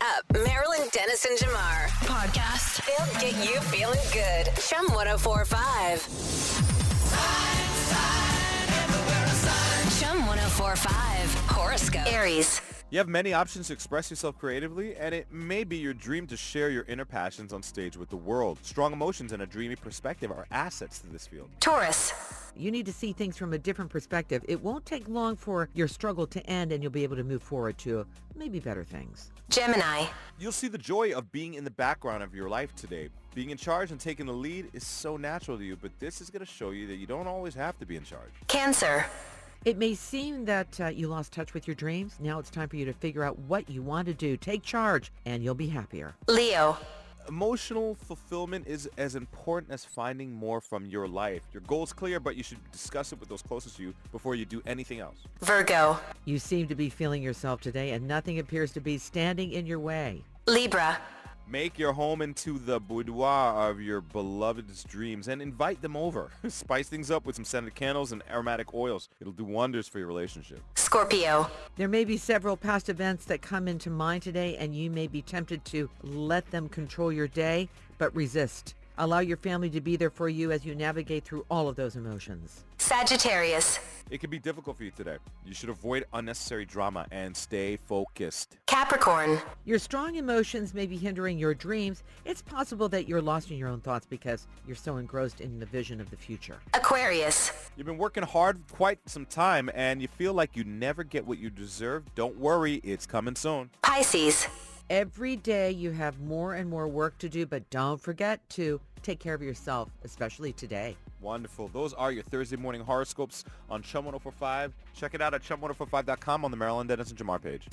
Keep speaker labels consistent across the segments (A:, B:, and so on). A: up. Marilyn Dennis and Jamar.
B: Podcast.
A: They'll get you feeling good. oh Chum 1045. Chum 1045. Horoscope. Aries.
C: You have many options to express yourself creatively, and it may be your dream to share your inner passions on stage with the world. Strong emotions and a dreamy perspective are assets to this field.
A: Taurus.
D: You need to see things from a different perspective. It won't take long for your struggle to end and you'll be able to move forward to maybe better things.
A: Gemini.
C: You'll see the joy of being in the background of your life today. Being in charge and taking the lead is so natural to you, but this is going to show you that you don't always have to be in charge.
A: Cancer.
D: It may seem that uh, you lost touch with your dreams. Now it's time for you to figure out what you want to do. Take charge and you'll be happier.
A: Leo.
C: Emotional fulfillment is as important as finding more from your life. Your goal's clear, but you should discuss it with those closest to you before you do anything else.
A: Virgo.
D: You seem to be feeling yourself today and nothing appears to be standing in your way.
A: Libra.
C: Make your home into the boudoir of your beloved's dreams and invite them over. Spice things up with some scented candles and aromatic oils. It'll do wonders for your relationship.
A: Scorpio.
D: There may be several past events that come into mind today and you may be tempted to let them control your day, but resist. Allow your family to be there for you as you navigate through all of those emotions.
A: Sagittarius.
C: It can be difficult for you today. You should avoid unnecessary drama and stay focused.
A: Capricorn.
D: Your strong emotions may be hindering your dreams. It's possible that you're lost in your own thoughts because you're so engrossed in the vision of the future.
A: Aquarius.
C: You've been working hard quite some time and you feel like you never get what you deserve. Don't worry, it's coming soon.
A: Pisces.
D: Every day you have more and more work to do, but don't forget to take care of yourself, especially today.
C: Wonderful. Those are your Thursday morning horoscopes on Chum 1045. Check it out at chum1045.com on the Maryland Dennis and Jamar page.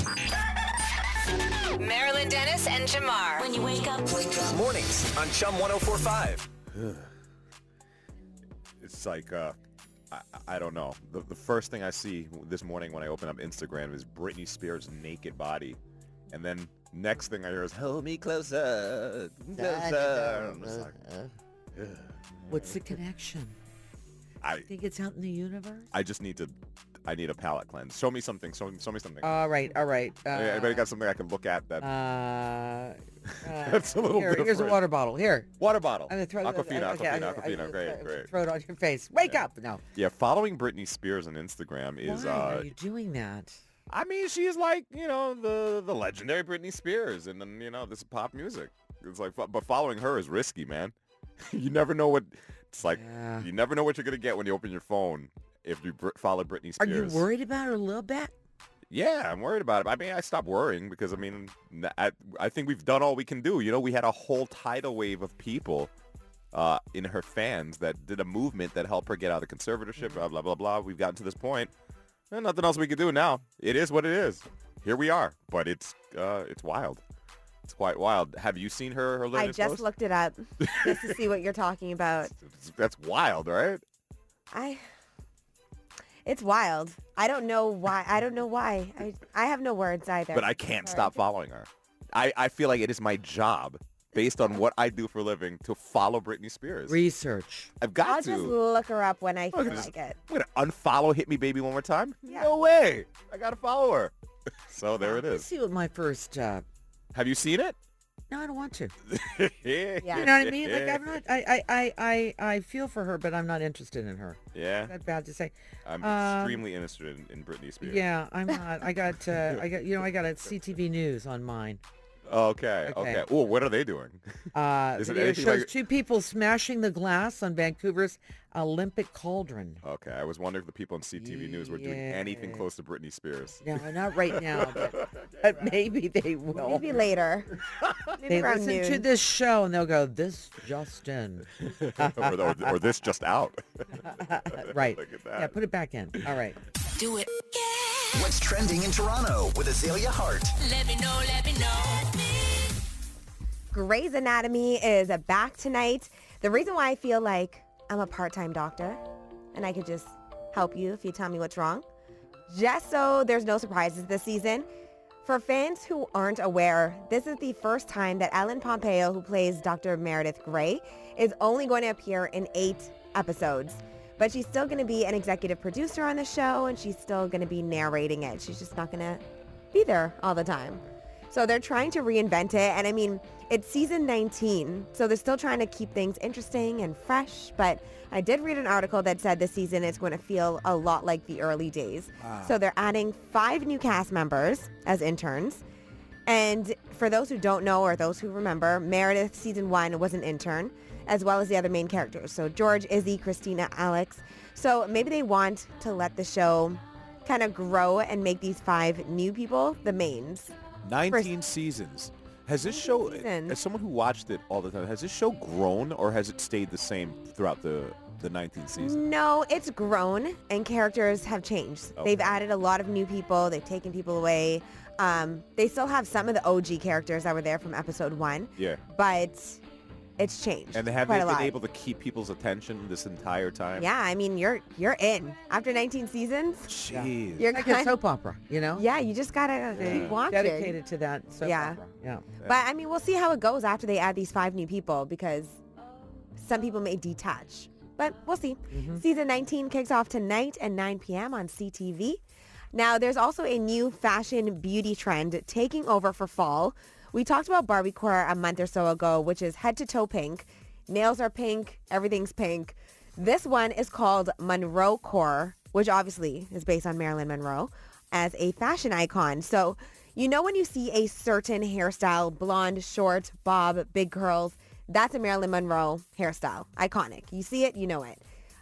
A: Marilyn Dennis and Jamar.
B: When you wake up,
E: Mornings on Chum 1045.
C: It's like, uh, I, I don't know. The, the first thing I see this morning when I open up Instagram is Britney Spears' naked body. And then next thing I hear is, hold me closer, closer. I'm just like,
D: What's the connection?
C: I,
D: Think it's out in the universe?
C: I just need to, I need a palate cleanse. Show me something. Show, show me something.
D: All right, all right. Uh,
C: Hey, Anybody got something I can look at? That
D: uh,
C: That's a little
D: here, Here's a
C: different.
D: water bottle. Here.
C: water bottle.
D: I'm gonna throw
C: Aquafina,
D: okay,
C: Aquafina,
D: okay,
C: Aquafina.
D: okay,
C: Great,
D: okay,
C: great.
D: Throw it on your face. Wake up! No.
C: Yeah, following Britney Spears on Instagram is,
D: Why
C: uh,
D: are you doing that?
C: I mean, she's like, you know, the the legendary Britney Spears, and then you know, this is pop music. It's like, fo- but following her is risky, man. you never know what. It's like
D: Yeah.
C: you never know what you're gonna get when you open your phone if you br- follow Britney
D: Are
C: Spears.
D: you worried about her a little bit?
C: Yeah, I'm worried about it. I mean, I stopped worrying because I mean, n- I, I think we've done all we can do. You know, we had a whole tidal wave of people uh, in her fans that did a movement that helped her get out of conservatorship. Blah blah blah blah. We've gotten to this point. There's nothing else we can do now. It is what it is. Here we are. But it's uh, it's wild. It's quite wild. Have you seen her her
F: I
C: latest
F: just
C: post?
F: looked it up just to see what you're talking about.
C: It's- That's wild, right?
F: I. It's wild. I don't know why. I don't know why. I, I have no words either.
C: But I can't
F: Sorry.
C: stop following her. I, I feel like it is my job, based on what I do for a living, to follow Britney Spears.
D: Research.
C: I've got
F: I'll
C: to.
F: just look her up when I
C: Look
F: feel
C: at this.
F: like it.
C: I'm gonna unfollow Hit Me Baby one more time.
F: Yeah.
C: No way. I gotta follow her. so there it
D: Let's
C: is.
D: see what my first. Uh,
C: Have you seen it?
D: no, I don't want to.
C: yeah.
D: You know what I mean? Like I'm not. I I I I, I feel for her, but I'm not interested in her. Is
C: Yeah.
D: that bad to say?
C: I'm
D: Um,
C: extremely interested in, in Britney Spears.
D: Yeah, I'm not. I got. Uh, I got. You know, I got a CTV News on mine.
C: Okay.
D: Okay.
C: Okay. Oh, what are they doing?
D: Uh,
C: Is it
D: video
C: anything
D: shows
C: like-
D: two people smashing the glass on Vancouver's Olympic cauldron.
C: Okay. I was wondering if the people on CTV News were doing anything
D: Yeah.
C: close to Britney Spears.
D: No, not right now, but, but maybe they will.
F: Maybe later. Maybe
D: they
F: around
D: listen
F: noon.
D: to this show and they'll go, "This just in."
C: or, or, or this just out.
D: right.
C: Look at
D: Yeah,
C: that.
D: put it back in. All right.
B: do it.
E: What's trending in Toronto with Azalea Hart?
B: Let me know, let me know.
F: Grey's Anatomy is back tonight. The reason why I feel like I'm a part-time doctor and I could just help you if you tell me what's wrong, just so there's no surprises this season. For fans who aren't aware, this is the first time that Ellen Pompeo, who plays Dr. Meredith Grey, is only going to appear in eight episodes. But she's still going to be an executive producer on the show and she's still going to be narrating it. She's just not going to be there all the time. So they're trying to reinvent it. And I mean, it's season 19, so they're still trying to keep things interesting and fresh. But I did read an article that said this season is going to feel a lot like the early days. So they're adding five new cast members as interns. And for those who don't know or those who remember, Meredith season one was an intern, as well as the other main characters. So George, Izzy, Christina, Alex. So maybe they want to let the show kind of grow and make these five new people the mains.
C: 19 seasons. Has this show,
F: seasons.
C: as someone who watched it all the time, has this show grown or has it stayed the same throughout the, the
F: Mm,
C: 19th season?
F: No, it's grown and characters have changed.
C: Oh.
F: They've added a lot of new people. They've taken people away. Um, they still have some of the OG characters that were there from episode one,
C: Yeah.
F: but it's changed.
C: And have
F: quite
C: they
F: a
C: been
F: lot.
C: able to keep people's attention this entire time?
F: Yeah, I mean you're you're in after 19 seasons.
C: Jeez.
F: You're
D: Like a
F: kind-
D: soap opera, you know?
F: yeah, you just gotta keep watching.
D: Dedicated to that soap
F: Yeah.
D: opera. Yeah.
F: But I mean, we'll see how it goes after they add these five new people because some people may detach. But we'll see. Season 19 kicks off tonight at 9 p.m. on CTV. Now, there's also a new fashion beauty trend taking over for fall. We talked about Barbie Core a month or so ago, which is head to toe pink. Nails are pink. Everything's pink. This one is called Monroe Core, which obviously is based on Marilyn Monroe as a fashion icon. So you know when you see a certain hairstyle, blonde, short, bob, big curls, that's a Marilyn Monroe hairstyle. Iconic. You see it, you know it.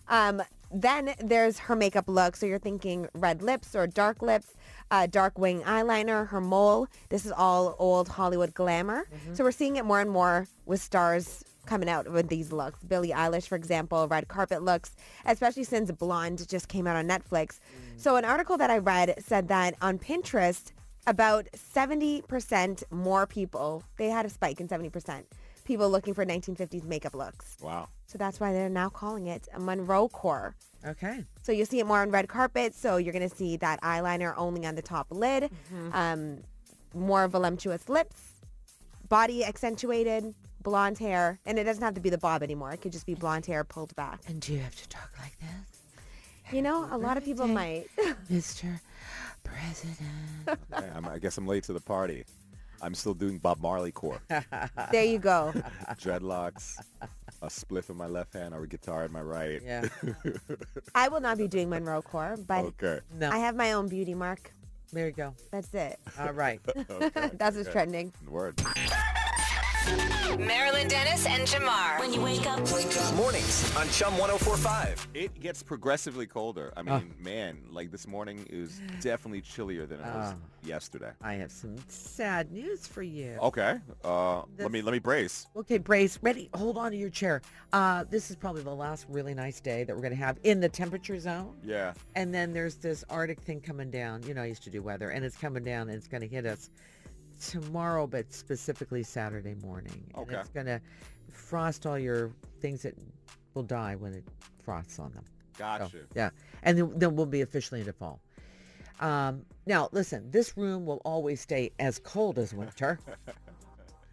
F: Um, then there's her makeup look. So you're thinking red lips or dark lips, uh, dark wing eyeliner, her mole. This is all old Hollywood glamour. So we're seeing it more and more with stars coming out with these looks. Billie Eilish, for example, red carpet looks, especially since Blonde just came out on Netflix. So an article that I read said that on Pinterest, about 70% more people, they had a spike in 70%, people looking for 1950s makeup looks.
C: Wow.
F: So that's why they're now calling it a Monroe core.
D: Okay.
F: So you'll see it more on red carpet. So you're going to see that eyeliner only on the top lid,
D: Mm-hmm.
F: um, more voluptuous lips, body accentuated, blonde hair. And it doesn't have to be the bob anymore. It could just be blonde hair pulled back.
D: And do you have to talk like this,
F: You know, a lot of people might.
D: Mr. President?
C: Okay, I'm, I guess I'm late to the party. I'm still doing Bob Marley core.
F: there you go.
C: Dreadlocks, a spliff in my left hand or a guitar in my right.
D: Yeah.
F: I will not be doing Monroe core, but
C: Okay.
D: No.
F: I have my own beauty mark.
D: there you go.
F: That's it.
D: All right.
C: okay.
F: That's what's trending.
C: Word.
A: Marilyn Dennis and Jamar.
B: When you wake up,
E: Mornings on Chum 1045.
C: It gets progressively colder.
F: Uh.
C: I mean, man, like this morning is definitely chillier than it
F: Uh.
C: was yesterday.
D: I have some sad news for you.
C: Okay. Uh,
D: This-
C: let me let me brace.
D: Okay, Brace, ready? Hold on to your chair. Uh, this is probably the last really nice day that we're going to have in the temperature zone.
C: Yeah.
D: And then there's this Arctic thing coming down. You know, I used to do weather, and it's coming down and it's going to hit us tomorrow, but specifically Saturday morning. And
C: Okay.
D: it's going to frost all your things that will die when it frosts on them. So,
C: Gotcha.
D: yeah. And then, then we'll be officially into fall. Um, now, listen, this room will always stay as cold as winter.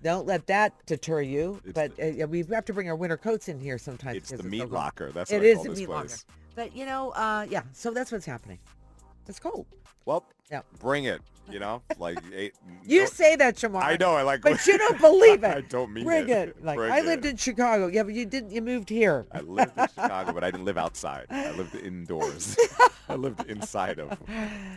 D: Don't let that deter you. but uh, we have to bring our winter coats in here sometimes.
C: It's
D: 'cause
C: the
D: so
C: meat
D: cold.
C: locker. That's what
D: It
C: I
D: is
C: call
D: the
C: this
D: meat locker.
C: place.
D: But, you know, uh, yeah, so that's what's happening. It's cold.
C: Well,
D: Yeah.
C: bring it. You know, like it,
D: You
C: no-
D: say that, Shamar.
C: I know. I like.
D: But you don't believe it.
C: I don't mean
D: Bring
C: it.
D: it. Like,
C: Bring
D: I
C: it.
D: lived in Chicago. Yeah, but you didn't. You moved here.
C: I lived in Chicago, but I didn't live outside. I lived indoors. I lived inside of.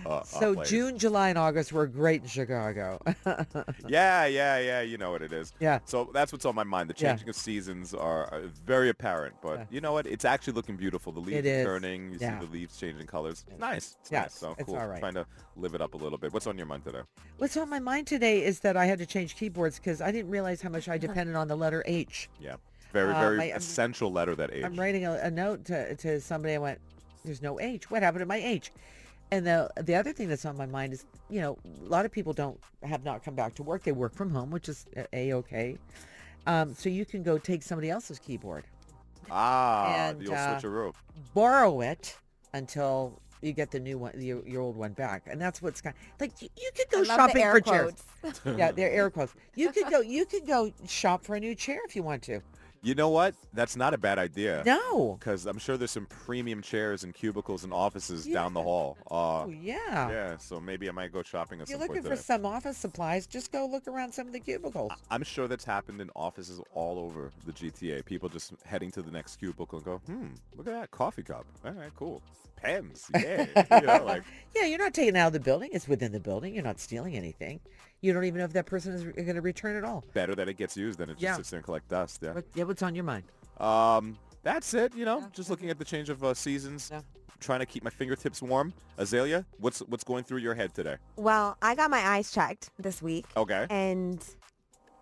C: Uh,
D: So
C: a place.
D: June, July, and August were great in Chicago.
C: Yeah, yeah, yeah. You know what it is.
D: Yeah.
C: So that's what's on my mind. The
D: Yeah.
C: changing of seasons are uh, very apparent, but you know what? It's actually looking beautiful. The leaves
D: It is.
C: are turning. You
D: Yeah.
C: see the leaves changing colors. It's nice. It's
D: Yes,
C: nice. So
D: it's
C: cool.
D: all right.
C: Trying to live it up a little bit. What's on your mind today?
D: What's on my mind today is that I had to change keyboards because I didn't realize how much I depended on the letter H.
C: Yeah. Very,
D: Uh,
C: very
D: my- I'm-
C: essential letter that H.
D: I'm writing a, a note to, to somebody. I went, "There's no H. What happened to my H?" And the the other thing that's on my mind is, you know, a lot of people don't have not come back to work. They work from home, which is a okay. Um, so you can go take somebody else's keyboard,
C: Ah,
D: and,
C: you'll
D: uh,
C: switch a rope.
D: borrow it until you get the new one, your, your old one back, and that's what's kind like you, you could go
F: I love the
D: shopping
F: air
D: for
F: quotes.
D: chairs. yeah, they're air quotes. You could go. You could go shop for a new chair if you want to.
C: You know what? That's not a bad idea.
D: No.
C: Because I'm sure there's some premium chairs and cubicles and offices down the hall. Uh,
D: Oh, yeah.
C: yeah, so maybe I might go shopping at
D: If you're
C: some point
D: looking for
C: today.
D: some office supplies, just go look around some of the cubicles.
C: I'm sure that's happened in offices all over the GTA. People just heading to the next cubicle and go, hmm, look at that coffee cup. All right, cool. Pens, yeah. you know, like,
D: Yeah, you're not taking it out of the building. It's within the building. You're not stealing anything. You don't even know if that person is going to return at all.
C: better that it gets used than it just
D: Yeah.
C: sits there and collect dust. Yeah.
D: But yeah, what's on your mind?
C: Um, that's it. You know, just looking at the change of uh, seasons,
D: Yeah.
C: trying to keep my fingertips warm. Azalea, what's what's going through your head today?
F: Well, I got my eyes checked this week.
C: Okay.
F: And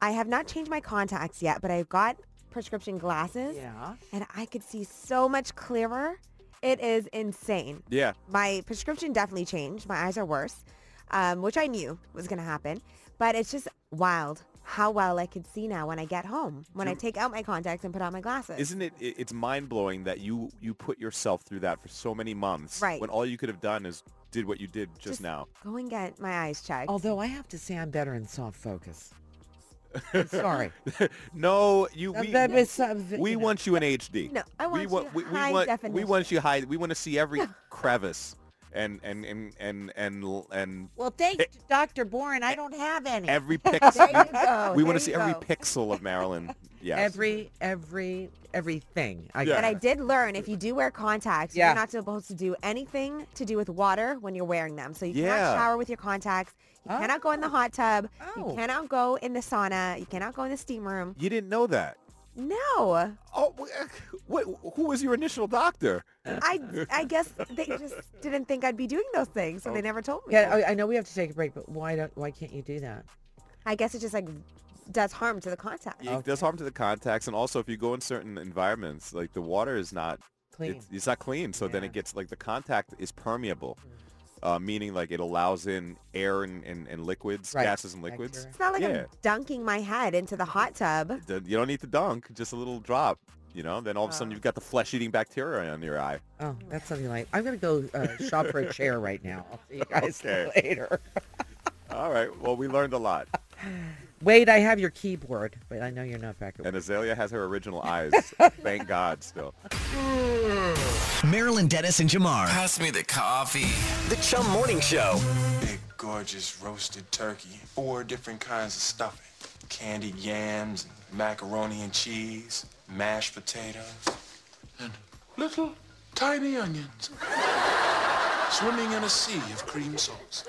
F: I have not changed my contacts yet, but I got prescription glasses
D: Yeah.
F: and I could see so much clearer. It is insane.
C: Yeah.
F: My prescription definitely changed. My eyes are worse, um, which I knew was going to happen. But it's just wild how well I can see now when I get home, when I take out my contacts and put on my glasses.
C: Isn't it, it? It's mind blowing that you you put yourself through that for so many months,
F: Right.
C: When all you could have done is did what you did just, now.
F: Go and get my eyes checked.
D: Although I have to say I'm better in soft focus. I'm sorry.
C: No, you.
D: Uh,
C: We,
D: but- but some-
C: we
D: you know.
C: want you in HD.
F: No, I want
C: we
F: you
C: want, we, we
F: high
C: want, We
F: definition.
C: want you high. We want to see every crevice and and and and and l- and
D: Well, thanks to Dr. Boren, I don't have any.
C: every pixel.
F: go.
C: we want
F: There
C: to see
F: you
C: every
F: go.
C: pixel of Marilyn. Yes.
D: Every, every, everything. I
C: Yeah.
F: But
D: got
F: I did learn if you do wear contacts,
D: Yeah.
F: you're not supposed to do anything to do with water when you're wearing them. So you
C: Yeah.
F: cannot shower with your contacts. You cannot go in the hot tub.
D: Oh.
F: You cannot go in the sauna. You cannot go in the steam room.
C: You didn't know that.
F: No.
C: Oh, wh- what, who was your initial doctor?
F: I, I guess they just didn't think I'd be doing those things, so they never told me.
D: Yeah, I- I know we have to take a break, but why don't? Why can't you do that?
F: I guess it just like does harm to the contact.
C: It does harm to the contacts, and also if you go in certain environments, like the water is not
D: Clean.
C: It's, it's not clean, so then
D: Yeah.
C: it gets like the contact is permeable,
F: Mm.
C: uh, meaning like it allows in air and, and, and liquids,
D: Right.
C: gases and liquids.
D: Bacteria.
F: It's not like
C: Yeah.
F: I'm dunking my head into the hot tub.
C: Then You don't need to dunk, just a little drop. You know, then all of a sudden you've got the flesh-eating bacteria on your eye.
D: Oh, that's something like I'm gonna go uh, shop for a chair right now. I'll see you guys
C: Okay.
D: later.
C: All right. Well, we learned a lot,
D: Wait, I have your keyboard, but I know you're not back at
C: and Azalea has her original eyes. Thank God, still.
E: Marilyn Dennis and Jamar.
G: Pass me the coffee.
E: The Chum Morning Show.
H: Big, gorgeous roasted turkey, four different kinds of stuffing, candied yams, and macaroni and cheese, mashed potatoes, and little tiny onions swimming in a sea of cream sauce.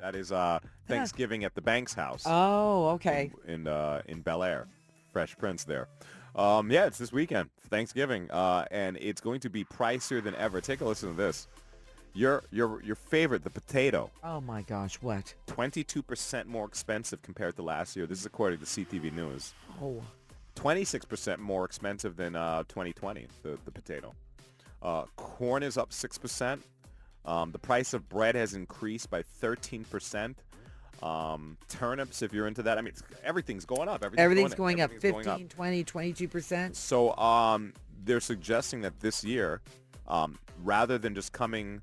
C: That is uh, Thanksgiving at the Banks house.
D: Oh, okay.
C: in uh, in Bel Air, Fresh Prince there. Um, yeah, it's this weekend, Thanksgiving, uh, and it's going to be pricier than ever. Take a listen to this. Your your your favorite, the potato,
D: Oh my gosh, what?
C: 22% more expensive compared to last year. This is according to CTV News.
D: Oh,
C: 26% more expensive than uh, 2020, the, the potato. Uh, corn is up 6%. Um, the price of bread has increased by 13%. Um, turnips, if you're into that, I mean, it's, everything's going up. Everything's,
D: everything's going up 15,
C: everything's going
D: 20, 22 percent.
C: So um, they're suggesting that this year, um, rather than just coming,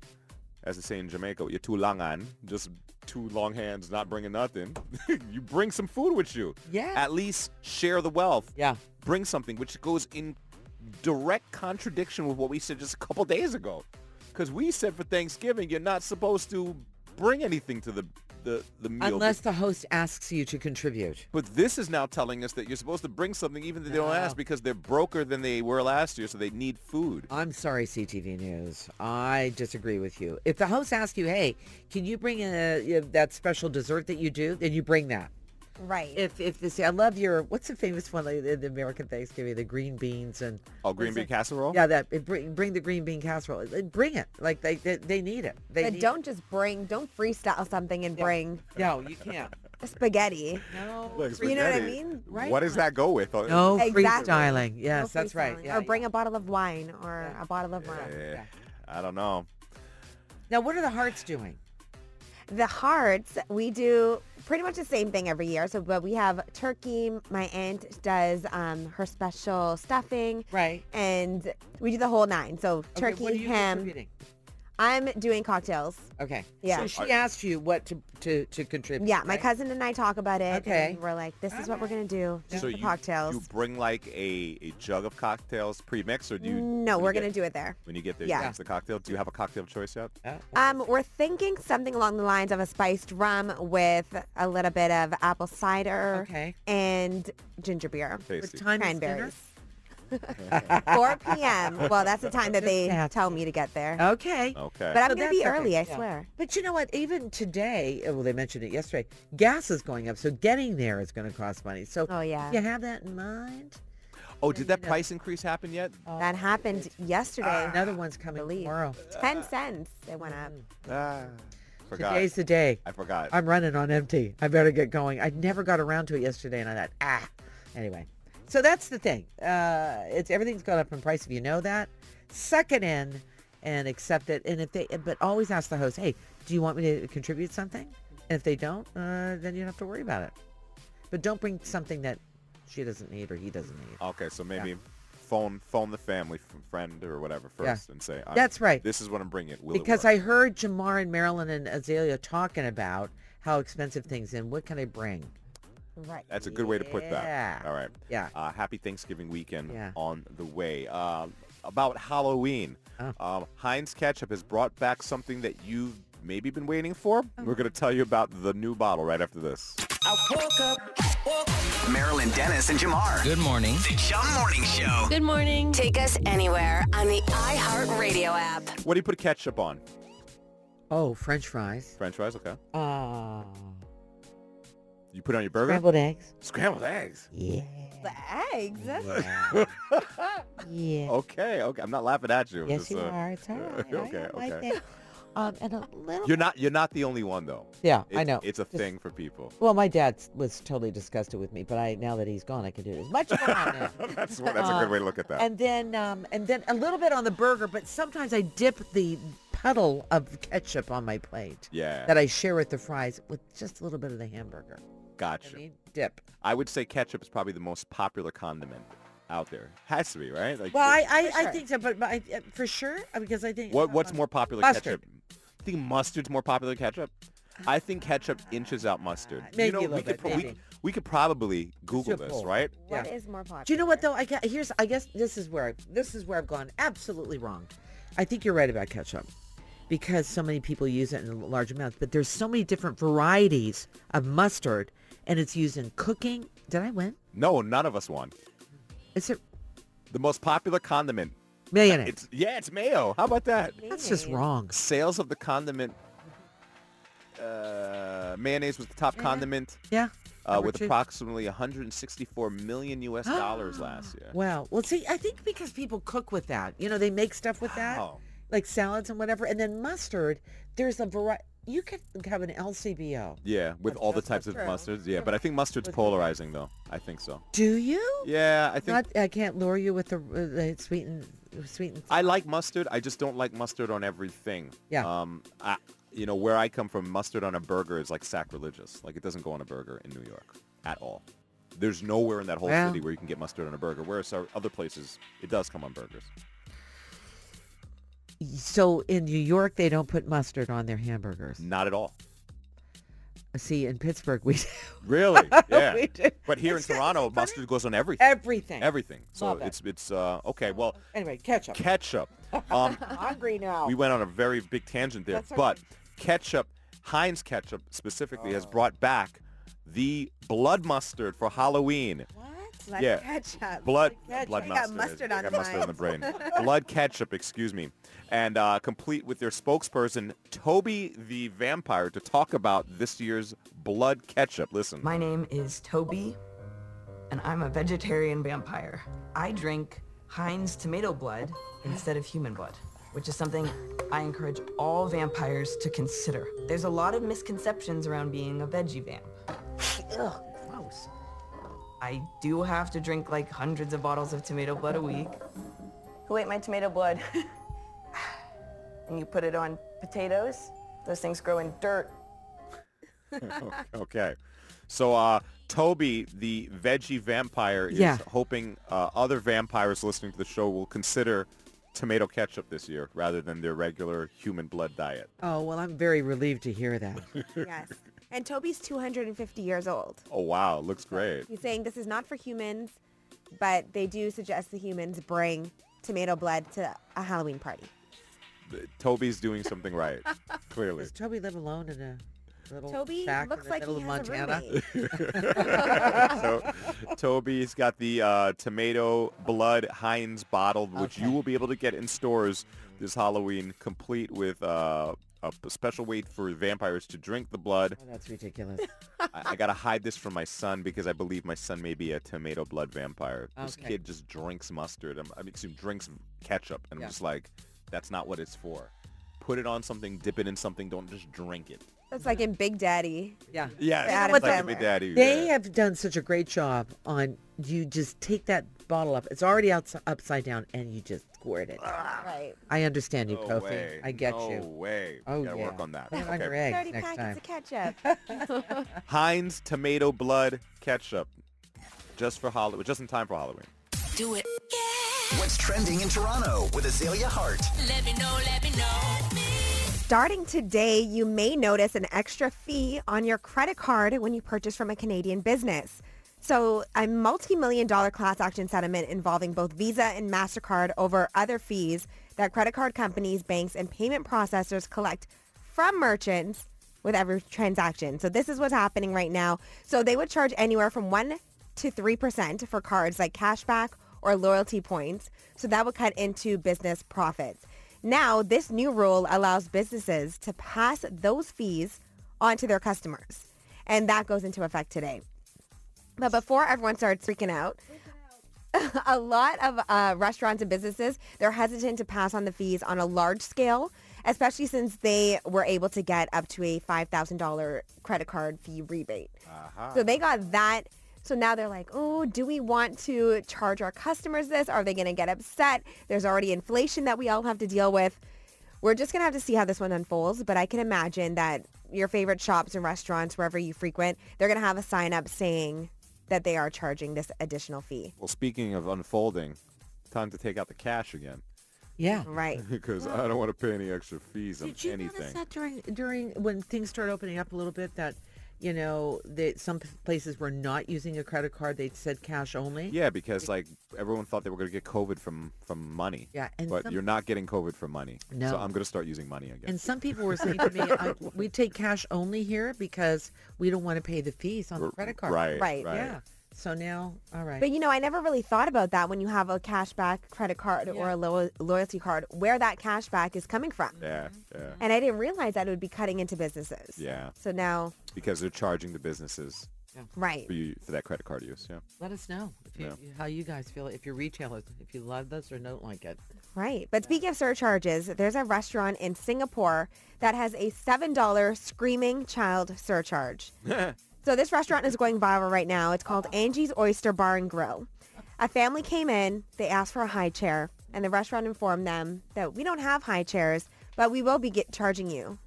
C: as they say in Jamaica, you're too long on, just two long hands, not bringing nothing, you bring some food with you.
D: Yeah.
C: At least share the wealth
D: Yeah.
C: bring something, which goes in direct contradiction with what we said just a couple days ago. Because we said for Thanksgiving, you're not supposed to bring anything to the, the, the meal.
D: Unless the host asks you to contribute.
C: but this is now telling us that you're supposed to bring something even if they don't ask because they're broker than they were last year, so they need
F: Uh,
C: food.
D: I'm sorry, CTV News. I disagree with you. If the host asks you, "Hey, can you bring a, you know, that special dessert that you do?" then you bring that.
F: Right.
D: If if they say, "I love your," what's the famous one like, the, the American Thanksgiving? The green beans and
C: Oh, green bean casserole?
D: Yeah, that it bring, bring the green bean casserole. Uh, Bring it. Like they they, they need it. They
F: but
D: need-
F: don't just bring, don't freestyle something and bring
D: No, you can't.
F: spaghetti.
D: No.
C: Like
F: You know what I
C: spaghetti.
F: mean?
D: Right.
C: What does that go with? Oh,
D: No
F: Exactly.
D: freestyling. Yes,
F: No
D: that's right.
F: freestyling.
D: Yeah,
F: or bring
D: yeah.
F: a bottle of wine or a bottle of rum.
C: eh, I don't know.
D: Now, what are the hearts doing?
F: The hearts, we do pretty much the same thing every year. So, but we have turkey. My aunt does um, her special stuffing.
D: Right.
F: And we do the whole nine. So
D: Okay,
F: turkey,
D: what are you
F: ham.
D: contributing?
F: I'm doing cocktails.
D: Okay.
F: Yeah.
D: So she asked you what to to, to contribute.
F: Yeah, my
D: right?
F: cousin and I talk about it.
D: Okay.
F: And we're like, this is what we're going to do. Just
C: so
F: the
C: you,
F: cocktails.
C: you bring like a, a jug of cocktails pre-mixed or do you?
F: no,
C: when
F: we're
C: you get-
F: going to do it there.
C: When you get there,
F: Yeah.
C: you mix the cocktail. Do you have a cocktail choice yet?
D: Oh,
F: Um, we're thinking something along the lines of a spiced rum with a little bit of apple cider
D: Okay.
F: and ginger beer.
C: Tasty.
D: time is dinner?
F: Cranberries. 4 p.m. Well, that's the time that they
D: Yeah.
F: tell me to get there.
D: Okay.
C: Okay.
F: But I'm
D: So
F: going to
D: that's
F: be
D: okay,
F: early, I
D: yeah.
F: swear.
D: But you know what? Even today, oh, well, they mentioned it yesterday. Gas is going up, so getting there is going to cost money. So
F: Oh, yeah.
D: you have that in mind.
C: oh, did that price increase happen yet?
D: Oh.
F: That happened yesterday.
D: Another one's coming
F: believe.
D: tomorrow.
F: 10 cents they went up.
C: Ah, forgot.
D: Today's the day.
C: I forgot.
D: I'm running on empty. I better get going. I never got around to it yesterday, and I thought, ah. Anyway, so that's the thing. Uh, it's everything's gone up in price. If you know that, suck it in and accept it. And if they, but always ask the host, hey, do you want me to contribute something? And if they don't, uh, then you don't have to worry about it. But don't bring something that she doesn't need or he doesn't need.
C: Okay, so maybe phone phone the family f- friend or whatever
D: Yeah.
C: first and say I'm-
D: That's right.
C: This is what I'm bringing. Will
D: Because
C: it work?
D: I heard Jamar and Marilyn and Azalea talking about how expensive things and what can I bring?
F: Right.
C: That's a good way to put
D: Yeah.
C: that. All right.
D: Yeah.
C: Uh, happy Thanksgiving weekend
D: Yeah.
C: on the way. Uh, about Halloween,
D: Oh.
C: um, Heinz Ketchup has brought back something that you've maybe been waiting for.
D: Oh.
C: We're going to tell you about the new bottle right after this.
E: Marilyn Dennis and Jamar.
G: Good morning.
E: The Jum Morning Show.
B: Good morning.
A: Take us anywhere on the iHeartRadio app.
C: What do you put ketchup on?
D: Oh, French fries.
C: French fries, okay.
D: Ah,
C: You put it on your burger?
D: scrambled eggs.
C: Scrambled eggs.
D: Yeah.
F: The eggs. That's
D: Yeah.
C: Okay, okay. I'm not laughing at you. I'm
D: Yes, you
C: uh,
D: are. It's all right.
C: okay,
D: I like
C: okay.
D: it. Um, and a little.
C: You're not. You're not the only one though.
D: Yeah, I
C: It's-
D: know.
C: It's a
D: Just-
C: thing for people.
D: Well, my dad was totally disgusted with me, but I now that he's gone, I can do it as much as I want. now.
C: That's one- that's a good way to look at that.
D: Uh, And then, um, and then a little bit on the burger, but sometimes I dip the puddle of ketchup on my plate
C: yeah,
D: that I share with the fries with just a little bit of the hamburger. I
C: gotcha.
D: mean, dip.
C: I would say ketchup is probably the most popular condiment out there. Has to be right. Like,
D: Well,
C: the-
D: I, I, I think so, but, but I, uh, for sure, uh, because I think
C: what what's more popular
D: Mustard.
C: ketchup? I think mustard's more popular than ketchup. I think ketchup inches out mustard.
D: Uh, maybe
C: you
D: a
C: know,
D: little
C: we could
D: bit,
C: pro- we,
D: maybe.
C: we could probably Google
D: Just a
C: this,
D: bowl.
C: right?
D: Yeah.
F: What is more popular?
D: Do you know what though? I got, here's I guess this is where I, this is where I've gone absolutely wrong. I think you're right about ketchup because so many people use it in large amounts, but there's so many different varieties of mustard, and it's used in cooking. Did I win?
C: No, none of us won.
D: Is it
C: The most popular condiment.
D: mayonnaise?
C: It's yeah, it's mayo. How about that?
D: That's just wrong.
C: Sales of the condiment uh, mayonnaise was the
D: Mm-hmm.
C: top condiment.
D: Yeah.
C: uh,
D: Number
C: with
D: two.
C: approximately 164 million U.S. dollars last year.
D: Wow. Well, see, I think because people cook with that, you know, they make stuff with that,
C: Wow.
D: like salads and whatever, and then mustard. There's a variety. You could have an LCBO.
C: Yeah, with all the types of mustards. Yeah, but I think mustard's polarizing though. I think so.
D: Do you?
C: Yeah, I think
D: Not, I can't lure you with the, uh, the sweetened, sweetened.
C: I like mustard. I just don't like mustard on everything.
D: Yeah.
C: Um, I, you know where I come from, mustard on a burger is like sacrilegious. Like it doesn't go on a burger in New York at all. There's nowhere in that whole
D: Well.
C: city where you can get mustard on a burger. Whereas our other places, it does come on burgers.
D: So in New York, they don't put mustard on their hamburgers.
C: Not at all.
D: See, in Pittsburgh, we do
C: Really? Yeah.
D: We do.
C: But here in
D: Isn't that
C: Toronto,
D: funny?
C: mustard goes on everything.
D: everything.
C: Everything. So
D: Love it.
C: it's it's uh okay. Well,
D: Anyway, ketchup.
C: ketchup. Um,
D: Hungry now.
C: we went on a very big tangent there,
D: That's all
C: but
D: right.
C: ketchup, Heinz ketchup specifically, has brought back the blood mustard for Halloween.
F: What? Like
C: Yeah.
F: ketchup.
C: Blood,
D: ketchup.
C: blood
D: I
F: got
C: mustard.
F: mustard
C: I
F: on
C: got
F: mine.
C: mustard on the brain. blood ketchup, excuse me, and uh, complete with their spokesperson Toby the Vampire to talk about this year's blood ketchup. Listen,
I: My name is Toby, and I'm a vegetarian vampire. I drink Heinz tomato blood instead of human blood, which is something I encourage all vampires to consider. There's a lot of misconceptions around being a veggie vamp. Ugh, gross. I do have to drink like hundreds of bottles of tomato blood a week. Who ate my tomato blood? and you put it on potatoes? Those things grow in dirt.
C: Okay. So uh, Toby, the veggie vampire, is
D: Yeah.
C: hoping uh, other vampires listening to the show will consider tomato ketchup this year rather than their regular human blood diet.
D: Oh, well, I'm very relieved to hear that.
F: yes. And Toby's 250 years old.
C: Oh, wow. Looks great.
F: He's saying this is not for humans, but they do suggest the humans bring tomato blood to a Halloween party.
C: Th- Toby's doing something right, clearly.
D: Does Toby live alone in a little
F: Toby
D: shack in
F: looks
D: the
F: like
D: middle
F: he
D: of
F: has
D: Montana?
F: a roommate.
C: So Toby's got the uh, tomato blood Heinz bottle, which you will be able to get in stores this Halloween, complete with uh, a p- special way for vampires to drink the blood.
D: Oh, that's ridiculous.
C: I, I gotta hide this from my son because I believe my son may be a tomato blood vampire. This
D: Okay.
C: kid just drinks mustard. I'm, I mean, excuse me, drinks ketchup, and
D: Yeah.
C: I'm just like, that's not what it's for. Put it on something, dip it in something. Don't just drink it.
F: That's like in Big Daddy.
D: Yeah.
C: Yes,
F: Adam
C: it's like a
F: Sandler.
C: big daddy.
D: They
C: yeah.
D: have done such a great job on you just take that bottle up. It's already outs- upside down and you just squirt it.
F: Right.
D: I understand you,
C: No
D: Kofi.
C: way.
D: I get
C: no
D: you.
C: way.
D: Oh,
C: gotta
D: yeah.
C: work on that.
D: Get on your
C: Okay.
D: eggs
F: 30
D: next
F: packets
D: time.
F: of ketchup.
C: Heinz tomato blood ketchup, just for Halloween, just in time for Halloween.
B: Do it. Yeah.
E: What's trending in Toronto with Azalea Hart?
B: Let me know, let me know.
F: Starting today, you may notice an extra fee on your credit card when you purchase from a Canadian business. So a multi-million dollar class action settlement involving both Visa and MasterCard over other fees that credit card companies, banks, and payment processors collect from merchants with every transaction. So this is what's happening right now. So they would charge anywhere from 1 to 3% for cards like cashback or loyalty points. So that would cut into business profits. Now, this new rule allows businesses to pass those fees on to their customers. And that goes into effect today. But before everyone starts freaking out, a lot of uh, restaurants and businesses they're hesitant to pass on the fees on a large scale especially since they were able to get up to a $5000 credit card fee rebate so they got that so now they're like oh do we want to charge our customers this are they going to get upset there's already inflation that we all have to deal with we're just going to have to see how this one unfolds but i can imagine that your favorite shops and restaurants wherever you frequent they're going to have a sign up saying that they are charging this additional fee
C: Well, speaking of unfolding, time to take out the cash again
D: Yeah.
F: right
C: because I don't want to pay any extra fees on
D: Did you notice
C: anything.
D: that during during when things started opening up a little bit that you know that some p- places were not using a credit card? They said cash only.
C: Yeah, because like everyone thought they were going to get COVID from from money.
D: Yeah, and
C: but
D: some-
C: you're not getting COVID from money.
D: No.
C: So I'm going to start using money again.
D: And some people were saying to me, I, "We take cash only here because we don't want to pay the fees on the credit card."
C: Right.
F: Right.
C: Right.
D: Yeah. So now, all right.
F: But you know, I never really thought about that when you have a cashback credit card or a lo- loyalty card, where that cashback is coming from.
C: Yeah.
D: Mm-hmm,
C: Yeah.
F: And I didn't realize that it would be cutting into businesses.
C: Yeah.
F: So now,
C: Because they're charging the businesses
F: right.
C: for you for that credit card use. Yeah.
D: Let us know if you, how you guys feel, if you're retailers, if you love this or don't like it.
F: Right. But speaking of surcharges, there's a restaurant in Singapore that has a $7 screaming child surcharge. so this restaurant is going viral right now. It's called Angie's Oyster Bar and Grill. A family came in, they asked for a high chair, and the restaurant informed them that we don't have high chairs, but we will be get- charging you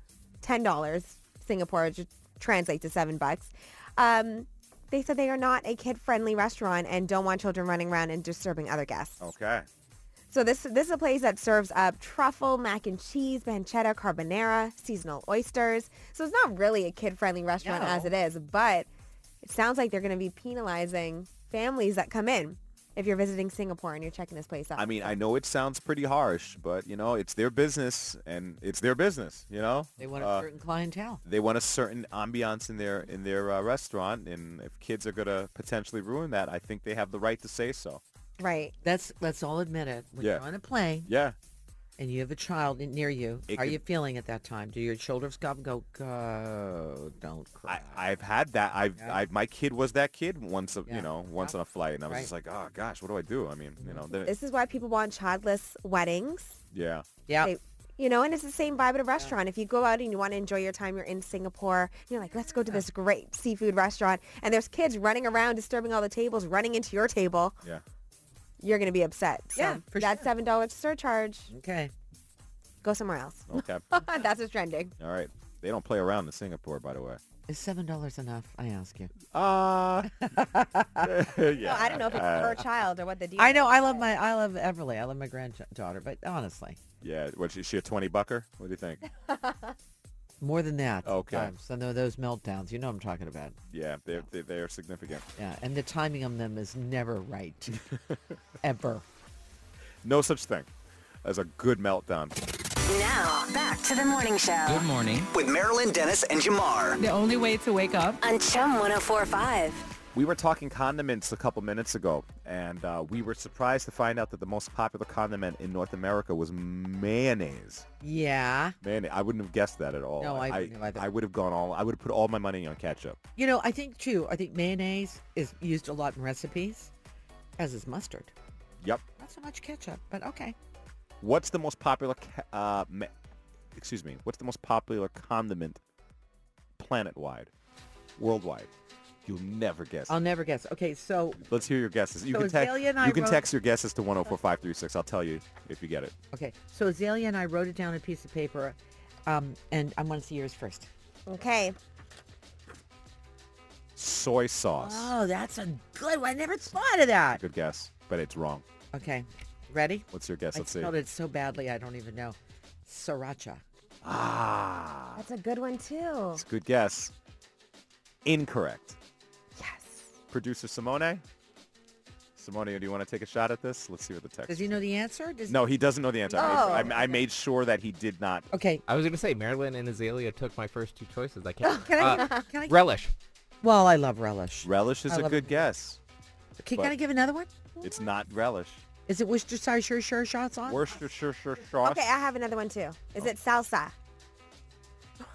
F: $10. Singapore which translates to 7 bucks. Um, they said they are not a kid-friendly restaurant and don't want children running around and disturbing other guests.
C: Okay.
F: So this this is a place that serves up truffle, mac and cheese, pancetta, carbonara, seasonal oysters. So it's not really a kid-friendly restaurant
D: No.
F: as it is, but it sounds like they're going to be penalizing families that come in if you're visiting Singapore and you're checking this place out.
C: I mean, I know it sounds pretty harsh, but you know, it's their business and it's their business, you know?
D: They want a
C: Uh,
D: certain clientele.
C: they want a certain ambiance in their in their uh, restaurant, and if kids are gonna potentially ruin that, I think they have the right to say so.
F: right.
D: That's let's all admit it. When
C: Yeah.
D: you're on a plane
C: Yeah,
D: and you have a child in- near you,
C: It
D: are
C: could-
D: you feeling at that time? Do your shoulders go up and go, go, don't
C: I,
D: cry?
C: I've had that. I've
D: Yeah.
C: I, my kid was that kid once, a-
D: Yeah.
C: you know, once on a flight, and I was just like, oh gosh, what do I do? I mean, you know, the,
F: This is why people want childless weddings.
C: yeah,
D: yeah.
F: They- you know, and it's the same vibe at a restaurant. If you go out and you want to enjoy your time, you're in Singapore, you're like, let's go to this great seafood restaurant, and there's kids running around, disturbing all the tables, running into your table.
C: yeah.
F: you're going to be upset. So
D: Yeah, for
F: that
D: sure.
F: $7 surcharge,
D: okay.
F: go somewhere else.
C: Okay,
F: That's what's trending.
C: all right. They don't play around in Singapore, by the way.
D: Is seven dollars enough? I ask you.
C: Uh,
F: No,
C: yeah.
F: I don't know if it's per child or what the deal.
D: Uh, I know. I love my. I love Everly. I love my granddaughter. But honestly,
C: Yeah, what, is she a 20 bucker? What do you think?
D: more than that.
C: Okay.
D: sometimes. I know those meltdowns. You know what I'm talking about.
C: Yeah, they're, they're, they're significant.
D: Yeah. And the timing on them is never right, ever.
C: No such thing as a good meltdown.
A: Now, back to the morning show
G: Good morning.
E: With Marilyn Dennis and Jamar.
J: The only way to wake up.
A: on Chum 1045.
C: We were talking condiments a couple minutes ago, and uh, we were surprised to find out that the most popular condiment in North America was mayonnaise.
D: Yeah.
C: Mayonnaise. I wouldn't have guessed that at all.
D: No, I wouldn't have either.
C: I would have gone all. I would have put all my money on ketchup.
D: You know, I think too. I think mayonnaise is used a lot in recipes, as is mustard.
C: Yep.
D: Not so much ketchup, but okay.
C: What's the most popular? Ca- uh, ma- excuse me. What's the most popular condiment planet-wide, worldwide? You'll never guess.
D: I'll never guess. Okay, so
C: Let's hear your guesses. You
D: So
C: can text.
D: Azalea and I
C: You can
D: wrote-
C: text your guesses to 104536. I'll tell you if you get it.
D: okay, so Azalea and I wrote it down on a piece of paper, um, and I want to see yours first.
F: Okay.
C: Soy sauce.
D: Oh, that's a good one. I never thought of that.
C: Good guess, but it's wrong.
D: Okay, ready?
C: What's your guess?
D: I
C: Let's see.
D: spelled it so badly I don't even know. Sriracha.
C: Ah,
F: That's a good one too.
C: it's a good guess. Incorrect.
F: Yes.
C: Producer Simone. Simone, do you want to take a shot at this? Let's see what the text.
D: Does he know the answer? Does
C: No, he doesn't know the answer. I, made,
F: Oh.
C: I, I made sure that he did not.
D: Okay.
G: I was gonna say Marilyn and Azalea took my first two choices. I can't.
D: Oh, Can I?
G: Uh,
D: can I?
G: relish.
D: well, I love relish.
C: Relish is
D: I
C: a
D: love
C: good
D: it.
C: guess.
D: Can,
C: but-
D: can I give another one?
C: It's not relish.
D: Is it Worcestershire sure sure shots on?
C: Worcestershire sauce.
F: Okay, I have another one too. Is it salsa?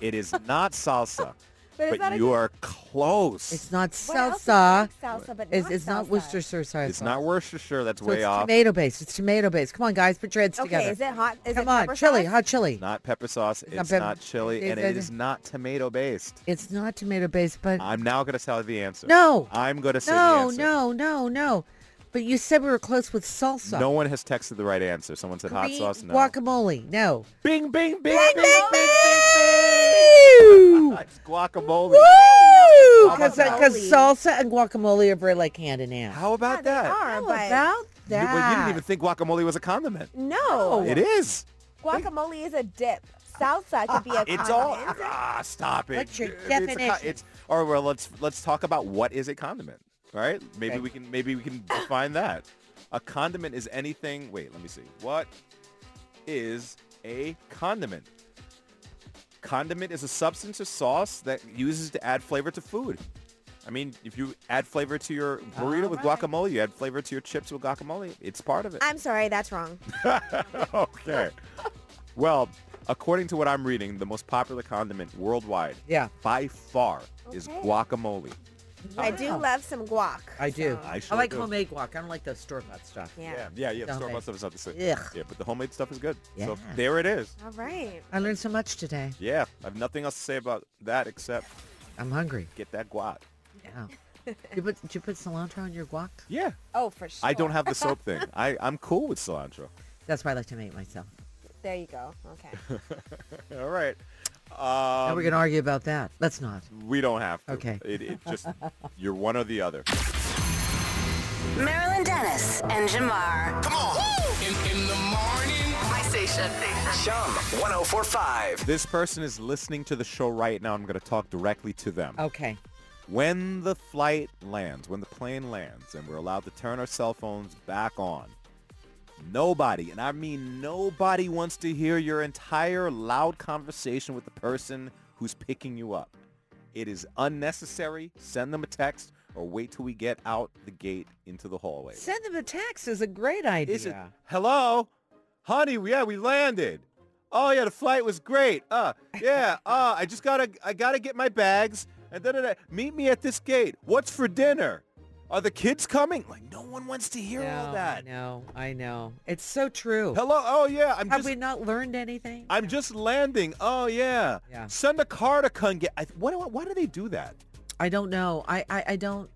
C: It is not salsa,
F: But is
C: but
F: that a
C: you
F: good-
C: are close.
D: It's not
F: What else is
D: salsa.
F: like salsa, but
D: It's,
F: not
D: it's not
F: salsa?
D: Worcestershire sauce.
C: It's not Worcestershire. That's
D: So
C: way
D: it's
C: off.
D: tomato based. It's tomato based. Come on, guys, put your heads
F: Okay,
D: together.
F: is it hot? Is
D: Come
F: it
D: on,
F: pepper
D: chili,
F: sauce?
D: hot chili.
C: not pepper sauce. It's,
D: not pep-
C: not chili,
D: it's-
C: and it
D: it's-
C: is not tomato based.
D: It's not tomato based, but
C: I'm now going to tell you the answer.
D: No.
C: I'm going to say
D: no,
C: the answer.
D: no, no, no. But you said we were close with salsa.
C: No one has texted the right answer. Someone said hot
D: Green
C: sauce. No.
D: Guacamole. No.
C: Bing, bing, bing, bing, bing, bing, bing. It's guacamole.
D: Because
F: Guacamole.
D: uh, salsa and guacamole are very like hand in hand.
C: How about
F: Yeah,
C: that?
F: they are,
D: How
F: but
D: about
C: You,
D: that?
C: well, you didn't even think guacamole was a condiment.
F: no.
C: It is.
F: Guacamole is a dip. Salsa could be a
C: It's all.
F: condiment.
C: Ah, stop it.
D: What's your
C: It's a con-
D: definition?
C: It's, or well, let's let's talk about what is a condiment. All right. Maybe
D: Okay.
C: we can maybe we can define that. A condiment is anything. Wait, let me see. What is a condiment? Condiment is a substance or sauce that uses to add flavor to food. I mean, if you add flavor to your burrito with guacamole, you add flavor to your chips with guacamole. It's part of it.
F: I'm sorry, that's wrong.
C: Okay. Well, according to what I'm reading, the most popular condiment worldwide,
D: Yeah.
C: by far, is
F: Okay.
C: guacamole.
F: I do
D: Wow.
F: love some guac.
D: I do.
C: Oh. I
D: I
C: sure
D: like
C: do.
D: homemade guac. I don't like those store bought stuff.
F: Yeah.
C: yeah, yeah. The
D: Don't
C: store-bought
D: make-
C: stuff is not the same.
D: Ugh.
C: Yeah, but the homemade stuff is good. So
D: Yeah.
C: there it is.
F: All right.
D: I learned so much today.
C: Yeah, I have nothing else to say about that except
D: I'm hungry.
C: get that guac.
D: Yeah. Did you put, did you put cilantro on your guac?
C: Yeah.
F: Oh, for sure.
C: I don't have the soap thing. I, I'm cool with cilantro.
D: That's why I like to make myself.
F: There you go. Okay.
C: All right.
D: now we're
C: Um,
D: going to argue about that. Let's not.
C: We don't have to.
D: Okay.
C: It, it just, you're one or the other.
A: Marilyn Dennis and Jamar.
E: Come
G: Uh.
E: on.
B: In, in the morning.
A: My station.
E: Chum 1045.
C: This person is listening to the show right now. I'm going to talk directly to them.
D: Okay.
C: When the flight lands, when the plane lands, and we're allowed to turn our cell phones back on, nobody, and I mean nobody, wants to hear your entire loud conversation with the person who's picking you up. It is unnecessary. Send them a text or wait till we get out the gate into the hallway.
D: Send them a text is a great idea.
C: Is it? Hello, honey. Yeah, we landed. Oh yeah, the flight was great. Uh, yeah. Uh, I just gotta, I gotta get my bags. And da da da. Meet me at this gate. What's for dinner? Are the kids coming? Like no one wants to hear all that.
D: I know. I know. It's so true.
C: Hello. Oh yeah, I'm
D: Have
C: just,
D: we not learned anything?
C: I'm just landing. Oh yeah.
D: Yeah.
C: Send a car to come get. I, why, do, why do they do that?
D: I don't know. I, I, I don't.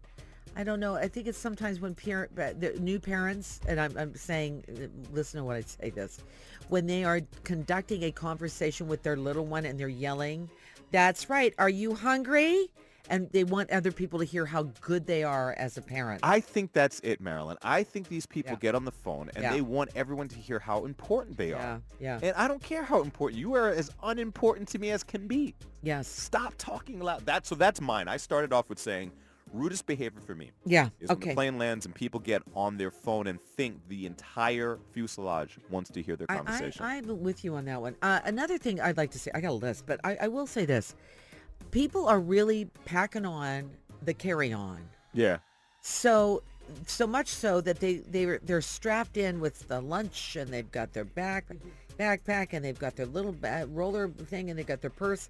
D: I don't know. I think it's sometimes when parent, but the new parents, and I'm, I'm saying, uh, listen to what I say this, when they are conducting a conversation with their little one and they're yelling, That's right. Are you hungry? And they want other people to hear how good they are as a parent.
C: I think that's it, Marilyn. I think these people
D: Yeah.
C: get on the phone and
D: Yeah.
C: they want everyone to hear how important they are.
D: Yeah, yeah.
C: And I don't care how important you are as unimportant to me as can be.
D: yes.
C: Stop talking loud. That so that's mine. I started off with saying rudest behavior for me
D: Yeah.
C: is when
D: Okay.
C: the plane lands and people get on their phone and think the entire fuselage wants to hear their
D: I-
C: conversation.
D: I, I'm with you on that one. Uh, another thing I'd like to say, I got a list, but I, I will say this. People are really packing on the carry-on.
C: yeah.
D: So so much so that they they were- they're strapped in with the lunch and they've got their back backpack and they've got their little ba- roller thing and they've got their purse.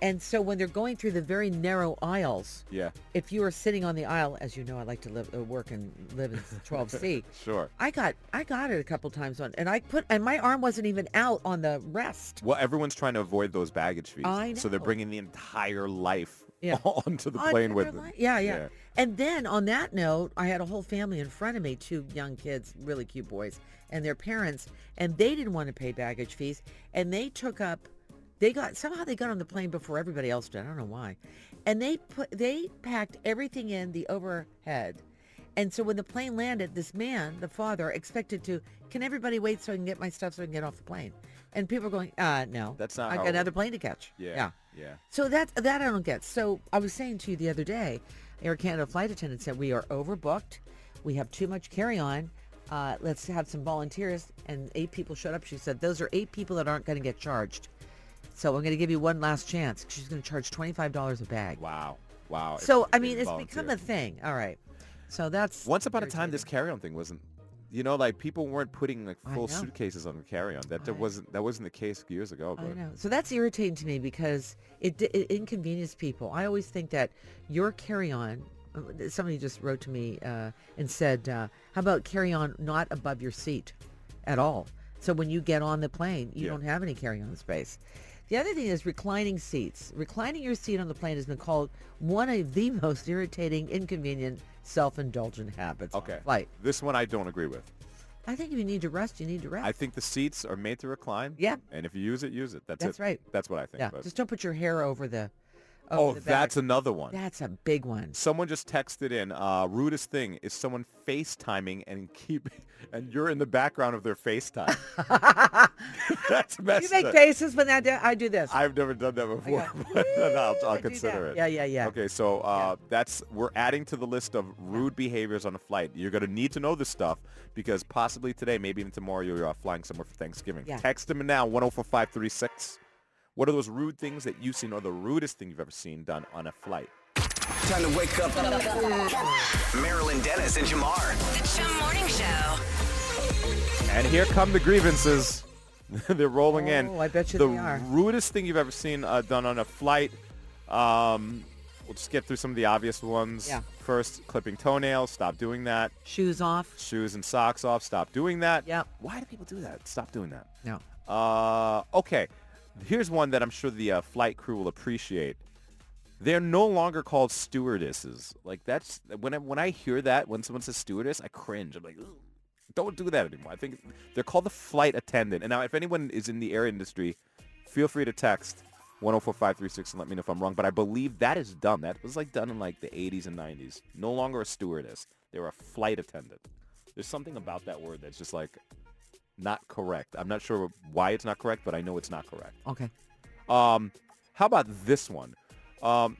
D: And so when they're going through the very narrow aisles,
C: Yeah.
D: if you are sitting on the aisle, as you know, I like to live, uh, work and live in 12C.
C: Sure.
D: I got I got it a couple times on, and I put and my arm wasn't even out on the rest.
C: Well, everyone's trying to avoid those baggage fees.
D: I
C: So they're
D: know.
C: bringing the entire life
D: Yeah.
C: onto the
D: On
C: plane with
D: your
C: them.
D: li- Yeah, yeah, And then on that note, I had a whole family in front of me, two young kids, really cute boys, and their parents, and they didn't want to pay baggage fees, and they took up, they got somehow they got on the plane before everybody else did. I don't know why, and they put they packed everything in the overhead. And so when the plane landed, this man, the father, expected to, can everybody wait so I can get my stuff so I can get off the plane? And people are going, uh, no.
C: That's not
D: I
C: how
D: got
C: it
D: another plane to catch.
C: Yeah.
D: Yeah.
C: Yeah.
D: So that that I don't get. So I was saying to you the other day, Air Canada flight attendant said we are overbooked. We have too much carry on. Uh, let's have some volunteers. And eight people showed up. She said those are eight people that aren't going to get charged. So I'm going to give you one last chance. She's going to charge twenty five dollars a bag.
C: Wow. Wow. If
D: So
C: you
D: I
C: didn't
D: mean, it's
C: volunteer.
D: become a thing. All right. So that's
C: Once upon a time, this
D: irritating.
C: carry-on thing wasn't, you know, like people weren't putting like
D: I
C: full
D: know.
C: suitcases on the carry-on. That, that
D: I-
C: wasn't that wasn't the case years ago. But
D: I know. So that's irritating to me because it, d- it inconveniences people. I always think that your carry on. uh, Somebody just wrote to me uh, and said, uh, "How about carry on not above your seat at all?" So when you get on the plane, you
C: Yeah.
D: don't have any carry on space. The other thing is reclining seats. Reclining your seat on the plane has been called one of the most irritating, inconvenient, self-indulgent habits. on a
C: Okay.
D: flight.
C: This one I don't agree with.
D: I think if you need to rest, you need to rest.
C: I think the seats are made to recline.
D: Yeah.
C: And if you use it, use it. That's,
D: That's
C: it.
D: right.
C: That's what I think.
D: yeah.
C: but-
D: Just don't put your hair over the. Over
C: oh,
D: the back.
C: that's another one.
D: That's a big one.
C: Someone just texted in. Uh, rudest thing is someone FaceTiming and keep, and you're in the background of their FaceTime. that's messed
D: You make
C: up.
D: faces when I do, I do this.
C: I've never done that before,
D: got-
C: but then I'll,
D: Ooh, I
C: I'll
D: do
C: consider
D: that.
C: it.
D: Yeah, yeah, yeah.
C: Okay, so uh, that's we're adding to the list of rude behaviors on a flight. You're gonna need to know this stuff because possibly today, maybe even tomorrow, you're uh, flying somewhere for Thanksgiving.
D: Yeah.
C: Text them now, 104536. What are those rude things that you've seen or the rudest thing you've ever seen done on a flight?
E: Time to wake up Marilyn Dennis and Jamar.
A: The Chum Morning Show.
C: And here come the grievances. They're rolling in.
D: Oh, I bet you
C: the
D: they are.
C: rudest thing you've ever seen uh, done on a flight. Um, we'll just get through some of the obvious ones.
D: Yeah.
C: First, clipping toenails. Stop doing that.
D: Shoes off.
C: Shoes and socks off. Stop doing that.
D: Yep.
C: Why do people do that? Stop doing that.
D: No.
C: Uh, okay. Here's one that I'm sure the uh, flight crew will appreciate. They're no longer called stewardesses. Like that's when I, when I hear that when someone says stewardess, I cringe. I'm like, "Ugh, don't do that anymore. I think they're called the flight attendant. And now, if anyone is in the air industry, feel free to text 104536 and let me know if I'm wrong. But I believe that is dumb. That was like done in like the 80s and 90s. No longer a stewardess. They were a flight attendant. There's something about that word that's just like not correct. I'm not sure why it's not correct, but I know it's not correct.
D: Okay.
C: Um, how about this one? Um,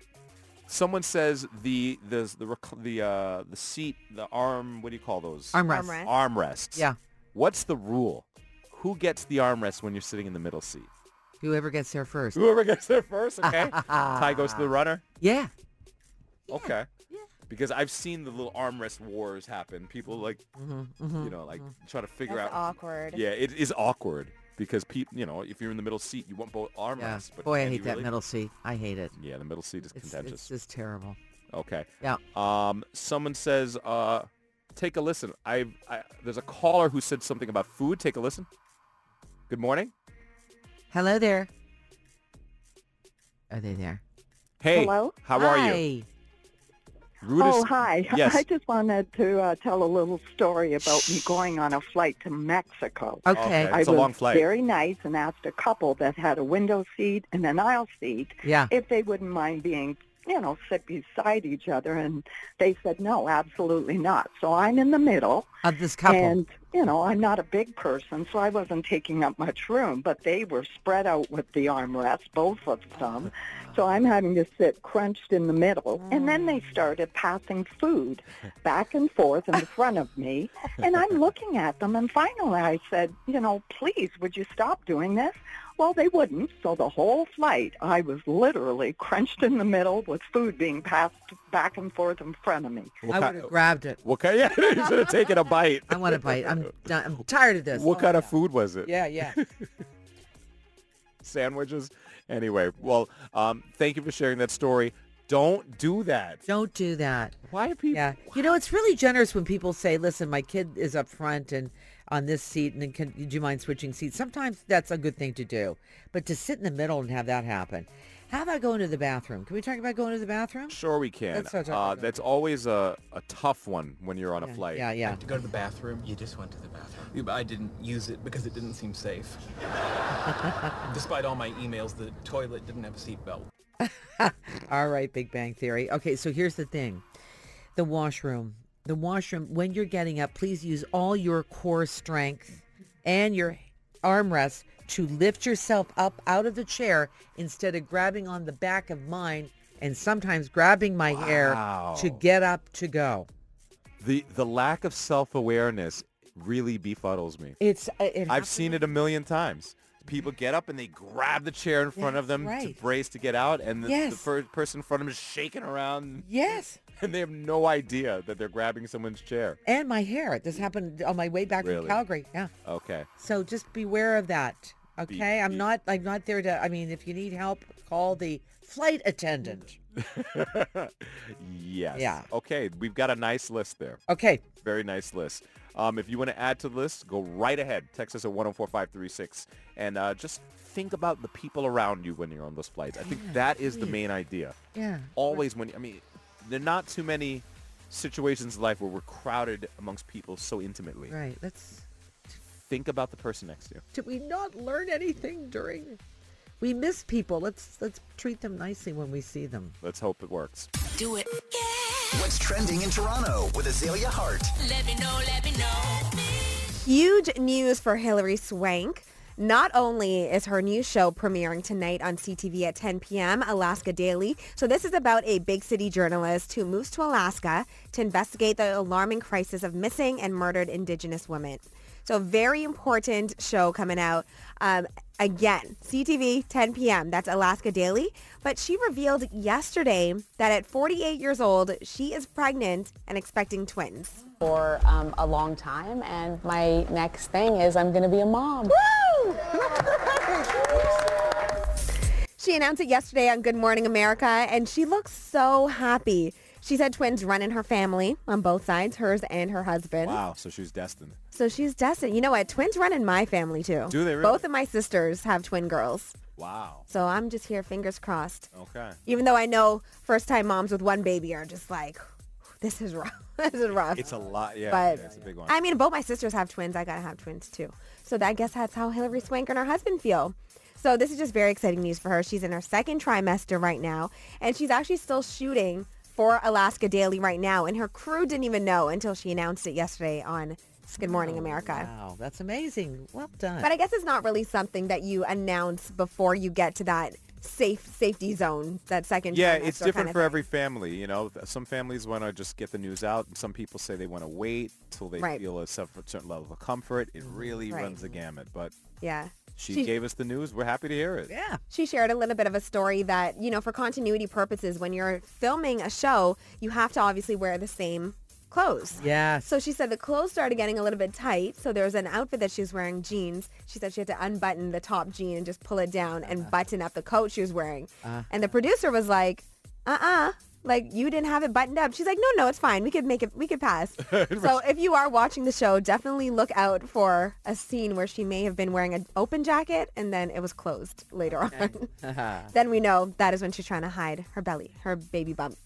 C: someone says the the the rec- the uh, the seat, the arm. What do you call those?
D: Armrest.
F: Armrest.
C: Armrests.
D: Yeah.
C: What's the rule? Who gets the armrest when you're sitting in the middle seat?
D: Whoever gets there first.
C: Whoever gets there first, okay? Tie goes to the runner.
D: Yeah.
C: Okay. Because I've seen the little armrest wars happen. People like, you know, like try to figure
F: That's
C: out.
F: awkward.
C: Yeah, it is awkward because people, you know, if you're in the middle seat, you want both
D: Yeah.
C: armrests. But
D: Boy, I
C: can you
D: hate that
C: really?
D: middle seat. I hate it.
C: Yeah, the middle seat is
D: It's,
C: contentious.
D: it's just terrible.
C: Okay.
D: Yeah.
C: Um, someone says, uh, take a listen. I, I there's a caller who said something about food. Take a listen. Good morning.
D: Hello there. Are they there?
C: Hey.
J: Hello?
C: How are you?
D: Hi.
C: Rudis,
J: Oh, hi.
C: Yes.
J: I just wanted to uh, tell a little story about me going on a flight to Mexico.
D: Okay.
C: Okay. It's
J: I
C: a
J: was
C: long flight.
J: very nice and asked a couple that had a window seat and an aisle seat
D: Yeah.
J: if they wouldn't mind being, you know, sit beside each other. And they said, no, absolutely not. So I'm in the middle.
D: Of this couple.
J: And, you know, I'm not a big person, so I wasn't taking up much room, but they were spread out with the armrests, both of them. So I'm having to sit crunched in the middle. And then they started passing food back and forth in front of me. And I'm looking at them. And finally I said, you know, please, would you stop doing this? Well, they wouldn't. So the whole flight, I was literally crunched in the middle with food being passed back and forth in front of me.
D: I would have grabbed it.
C: What kind? Yeah, you should have taken a bite.
D: I want to bite. I'm done. I'm tired of this.
C: What kind of food was it?
D: Yeah, yeah.
C: Sandwiches. Anyway, well, um, thank you for sharing that story. Don't do that.
D: Don't do that.
C: Why are people?
D: Yeah. You know, it's really generous when people say, listen, my kid is up front and on this seat, and then can, do you mind switching seats? Sometimes that's a good thing to do. But to sit in the middle and have that happen. How about going to the bathroom? Can we talk about going to the bathroom?
C: Sure, we can.
D: That's so tough.
C: uh, that's always a, a tough one when you're on a flight.
D: Yeah, yeah.
K: To go to the bathroom, you just went to the bathroom. You- I didn't use it because it didn't seem safe. Despite all my emails, the toilet didn't have a seatbelt.
D: All right, Big Bang Theory. Okay, so here's the thing. The washroom. The washroom, when you're getting up, please use all your core strength and your armrests to lift yourself up out of the chair instead of grabbing on the back of mine and sometimes grabbing my hair to get up to go.
C: The the lack of self awareness really befuddles me.
D: It's uh, it Mm-hmm.
C: I've seen it a million times. People get up and they grab the chair in front of
D: That's
C: them
D: right.
C: to brace to get out, and the, the
D: Yes.
C: first person in front of them is shaking around,
D: Yes.
C: and they have no idea that they're grabbing someone's chair.
D: And my hair. This happened on my way back
C: Really?
D: from Calgary. Yeah.
C: Okay.
D: So just beware of that. Okay, I'm not. I'm not there to. I mean, if you need help, call the flight attendant.
C: Yes.
D: Yeah.
C: Okay, we've got a nice list there.
D: Okay,
C: Very nice list. Um, if you want to add to the list, go right ahead. Text us at 104536. And uh, just think about the people around you when you're on those flights. I think that is the main idea.
D: Yeah.
C: Always when, I mean, there are not too many situations in life where we're crowded amongst people so intimately.
D: right. Let's.
C: Think about the person next to you.
D: Did we not learn anything during? We miss people. Let's let's treat them nicely when we see them.
C: Let's hope it works.
A: Do it.
E: What's trending in Toronto with Azalea Hart?
A: Let me know, let me know.
F: Huge news for Hillary Swank. Not only is her new show premiering tonight on CTV at 10 p.m., Alaska Daily. So this is about a big city journalist who moves to Alaska to investigate the alarming crisis of missing and murdered indigenous women. So very important show coming out. Um, again, CTV, 10 p.m. That's Alaska Daily. But she revealed yesterday that at 48 years old, she is pregnant and expecting twins.
L: for um, a long time, and my next thing is I'm going to be a mom.
F: She announced it yesterday on Good Morning America, and she looks so happy. She said twins run in her family on both sides, hers and her husband.
C: Wow, so she was destined.
F: So she's destined. You know what? Twins run in my family too.
C: Do they really?
F: Both of my sisters have twin girls.
C: Wow.
F: So I'm just here, fingers crossed.
C: Okay.
F: Even though I know first-time moms with one baby are just like, this is rough. this is rough.
C: It's a lot. Yeah,
F: But-
C: yeah, it's a big one.
F: I mean, both my sisters have twins. I gotta have twins too. So that, I guess that's how Hillary Swank and her husband feel. So this is just very exciting news for her. She's in her second trimester right now, and she's actually still shooting for Alaska Daily right now. And her crew didn't even know until she announced it yesterday on Good Morning America.
D: Wow, that's amazing. Well done.
F: But I guess it's not really something that you announce before you get to that safe safety zone, that second.
C: Yeah,
F: trimester
C: it's different
F: kind of
C: for
F: thing.
C: every family. You know, Th- some families want to just get the news out, and some people say they want to wait till they
F: Right.
C: feel a cer- certain level of comfort. It really
F: Right.
C: runs the gamut. But
F: Yeah.
C: she,
F: She-
C: gave us the news. We're happy to hear it.
D: yeah.
F: she shared a little bit of a story that, you know, for continuity purposes, when you're filming a show, you have to obviously wear the same clothes.
D: Yes.
F: So she said the clothes started getting a little bit tight. So there was an outfit that she was wearing, jeans. She said she had to unbutton the top jean and just pull it down and button up the coat she was wearing. And the producer was like, uh-uh. Like you didn't have it buttoned up. She's like, no, no, it's fine. We could make it. We could pass. so if you are watching the show, definitely look out for a scene where she may have been wearing an open jacket and then it was closed later on. then we know that is when she's trying to hide her belly, her baby bump.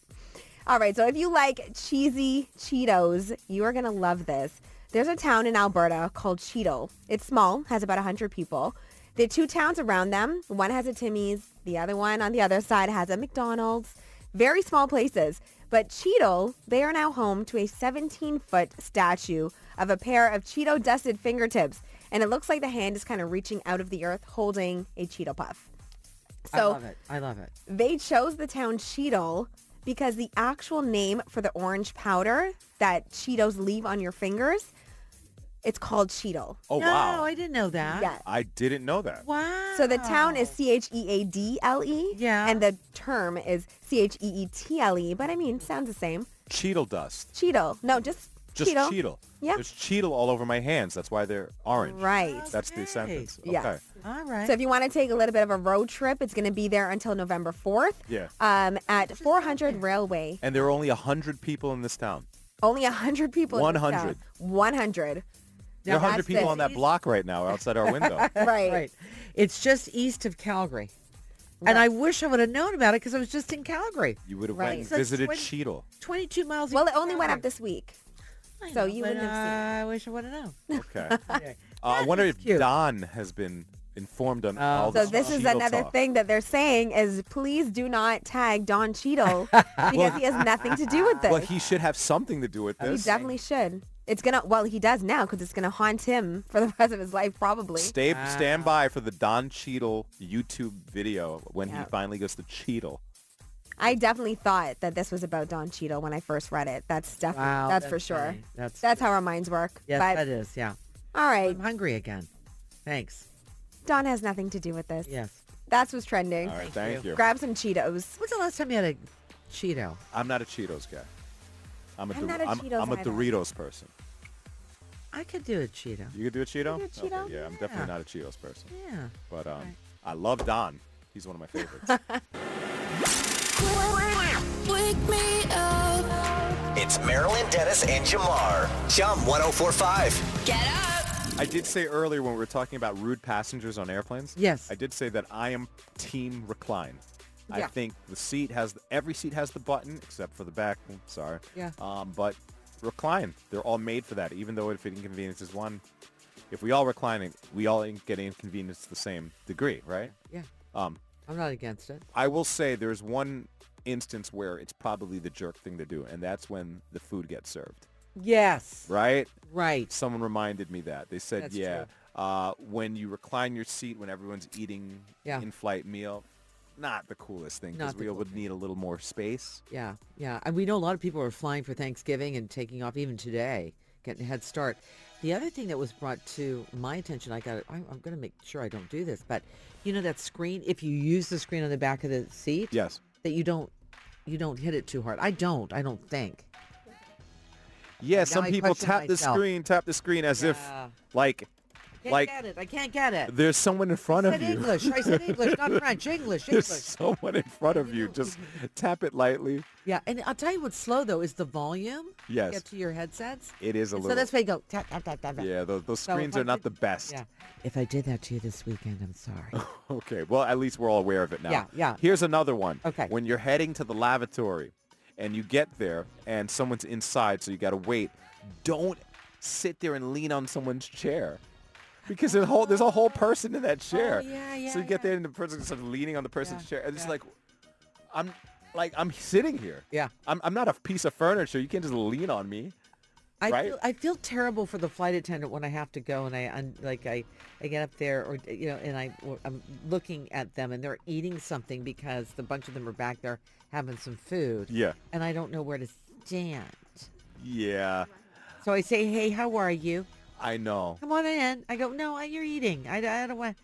F: All right, so if you like cheesy Cheetos, you are going to love this. There's a town in Alberta called Cheeto. It's small, has about 100 people. There are two towns around them. One has a Timmy's, the other one on the other side has a McDonald's. Very small places. But Cheeto, they are now home to a 17-foot statue of a pair of Cheeto-dusted fingertips. And it looks like the hand is kind of reaching out of the earth holding a Cheeto puff.
D: I love it. I love it.
F: They chose the town Cheeto because the actual name for the orange powder that Cheetos leave on your fingers, it's called Cheeto.
C: Oh, No, wow.
D: I didn't know that.
F: Yeah.
C: I didn't know that.
D: Wow.
F: So the town is E C-H-E-A-D-L-E. Yeah. E, And the term is E C-H-E-E-T-L-E. But I mean, sounds the same.
C: Cheetle dust.
F: Cheeto. No, just,
C: Just
F: Cheeto.
C: Cheetle.
F: Yeah.
C: There's Cheetle all over my hands. That's why they're orange.
F: Right.
C: That's the sentence. Okay.
F: Yes.
D: All right.
F: So if you want to take a little bit of a road trip, it's going to be there until November 4th
C: Yeah.
F: um, at 400 Railway.
C: And there are only 100 people in this town.
F: Only 100 people. in this town.
C: 100.
F: 100.
C: There are 100
F: that's
C: people
F: it.
C: on that block right now outside our window.
F: Right.
D: Right. It's just east of Calgary. And I wish I would have known about it because I was just in Calgary.
C: You would have
F: Right.
C: went and
F: So it's
C: visited
F: when-
C: Cheetle.
D: 22 miles.
F: Well, it only went up this week. so you
D: but
F: wouldn't have seen it.
D: I wish I would have known.
C: Okay. uh, I wonder if Don has been informed on all
F: So
C: this
F: this is
C: Cheetle
F: another
C: talk.
F: thing that they're saying is please do not tag Don Cheadle because
C: Well-
F: he has nothing to do with this.
C: Well, he should have something to do with
F: Oh, he
C: this.
F: definitely should. It's gonna well he does now because it's gonna haunt him for the rest of his life probably.
C: Stay, Stand by for the Don Cheadle YouTube video when he
F: Yeah.
C: finally goes to Cheadle.
F: I definitely thought that this was about Don Cheadle when I first read it. That's definitely
D: Wow,
F: that's, for
D: that's
F: sure.
D: funny. That's-
F: That's how our minds work.
D: Yes,
F: but
D: that is. Yeah.
F: all right,
D: I'm hungry again. Thanks.
F: Don has nothing to do with this.
D: Yes.
F: That's what's trending.
C: All right, thank you.
F: Grab some Cheetos.
D: When's the last time you had a Cheeto?
C: I'm not a Cheetos guy. I'm a,
F: I'm
C: Dor-
F: not a
C: I'm,
F: Cheetos
C: I'm a
F: either.
C: Doritos person.
D: I could do a Cheeto.
C: You could do a Cheeto?
D: do a Cheeto?
C: Okay, yeah, I'm
D: Yeah.
C: definitely not a Cheetos person.
D: Yeah.
C: But um, I love Don. He's one of my favorites.
M: Wake me up.
E: It's Marilyn Dennis and Jamar. oh Jump 1045.
M: Get up.
C: I did say earlier when we were talking about rude passengers on airplanes.
D: Yes.
C: I did say that I am team recline. I
D: Yeah.
C: think the seat has every seat has the button except for the back. one, Sorry.
D: Yeah.
C: Um, but recline. They're all made for that. Even though if it inconveniences one, if we all recline, it, we all in- get inconvenienced to the same degree, right?
D: Yeah.
C: Um,
D: I'm not against it.
C: I will say there's one instance where it's probably the jerk thing to do, and that's when the food gets served
D: Yes.
C: right?
D: Right.
C: Someone reminded me that. They said,
D: That's
C: yeah, uh, when you recline your seat when everyone's eating
D: Yeah.
C: in-flight meal, not the coolest thing because
D: Not the
C: we would need a little more space.
D: Yeah, yeah. And we know a lot of people are flying for Thanksgiving and taking off even today, getting a head start. The other thing that was brought to my attention, I got I, I'm going to make sure I don't do this, but you know that screen, if you use the screen on the back of the seat,
C: Yes.
D: that you don't you don't hit it too hard. I don't, I don't think.
C: Yeah,
D: Now
C: some
D: I
C: people
D: question
C: tap the
D: myself.
C: screen, tap the screen as
D: Yeah.
C: if like,
D: Can't
C: like
D: get it. I can't get it.
C: there's someone in front
D: I
C: of
D: said
C: you.
D: English. I said English, not French. English,
C: There's
D: English.
C: someone in front of you. Just tap it lightly.
D: Yeah, and I'll tell you what's slow though is the volume. to
C: Yes.
D: Get to your headsets.
C: It is a
D: And So
C: little-
D: that's why you go tap tap tap tap. tap.
C: Yeah, those, those
D: So if
C: screens
D: I
C: are not
D: did-
C: the best.
D: Yeah. If I did that to you this weekend, I'm sorry.
C: Okay, well, at least we're all aware of it now.
D: Yeah, yeah.
C: Here's another one.
D: Okay.
C: When you're heading to the lavatory and you get there and someone's inside, so you got to wait, don't sit there and lean on someone's chair. Because there's a whole, there's a whole person in that chair.
D: Oh, yeah, yeah,
C: So you get there and the person's sort of leaning on the person's
D: Yeah,
C: chair. And it's
D: yeah.
C: like, I'm like, I'm sitting here.
D: Yeah.
C: I'm, I'm not a piece of furniture. You can't just lean on me.
D: I
C: right?
D: feel I feel terrible for the flight attendant when I have to go and I un, like I I get up there or you know and I or I'm looking at them and they're eating something because the bunch of them are back there having some food.
C: Yeah.
D: And I don't know where to stand.
C: Yeah,
D: So I say, "Hey, how are you?
C: I know.
D: Come on in." I go, "No, I, you're eating. I, I don't want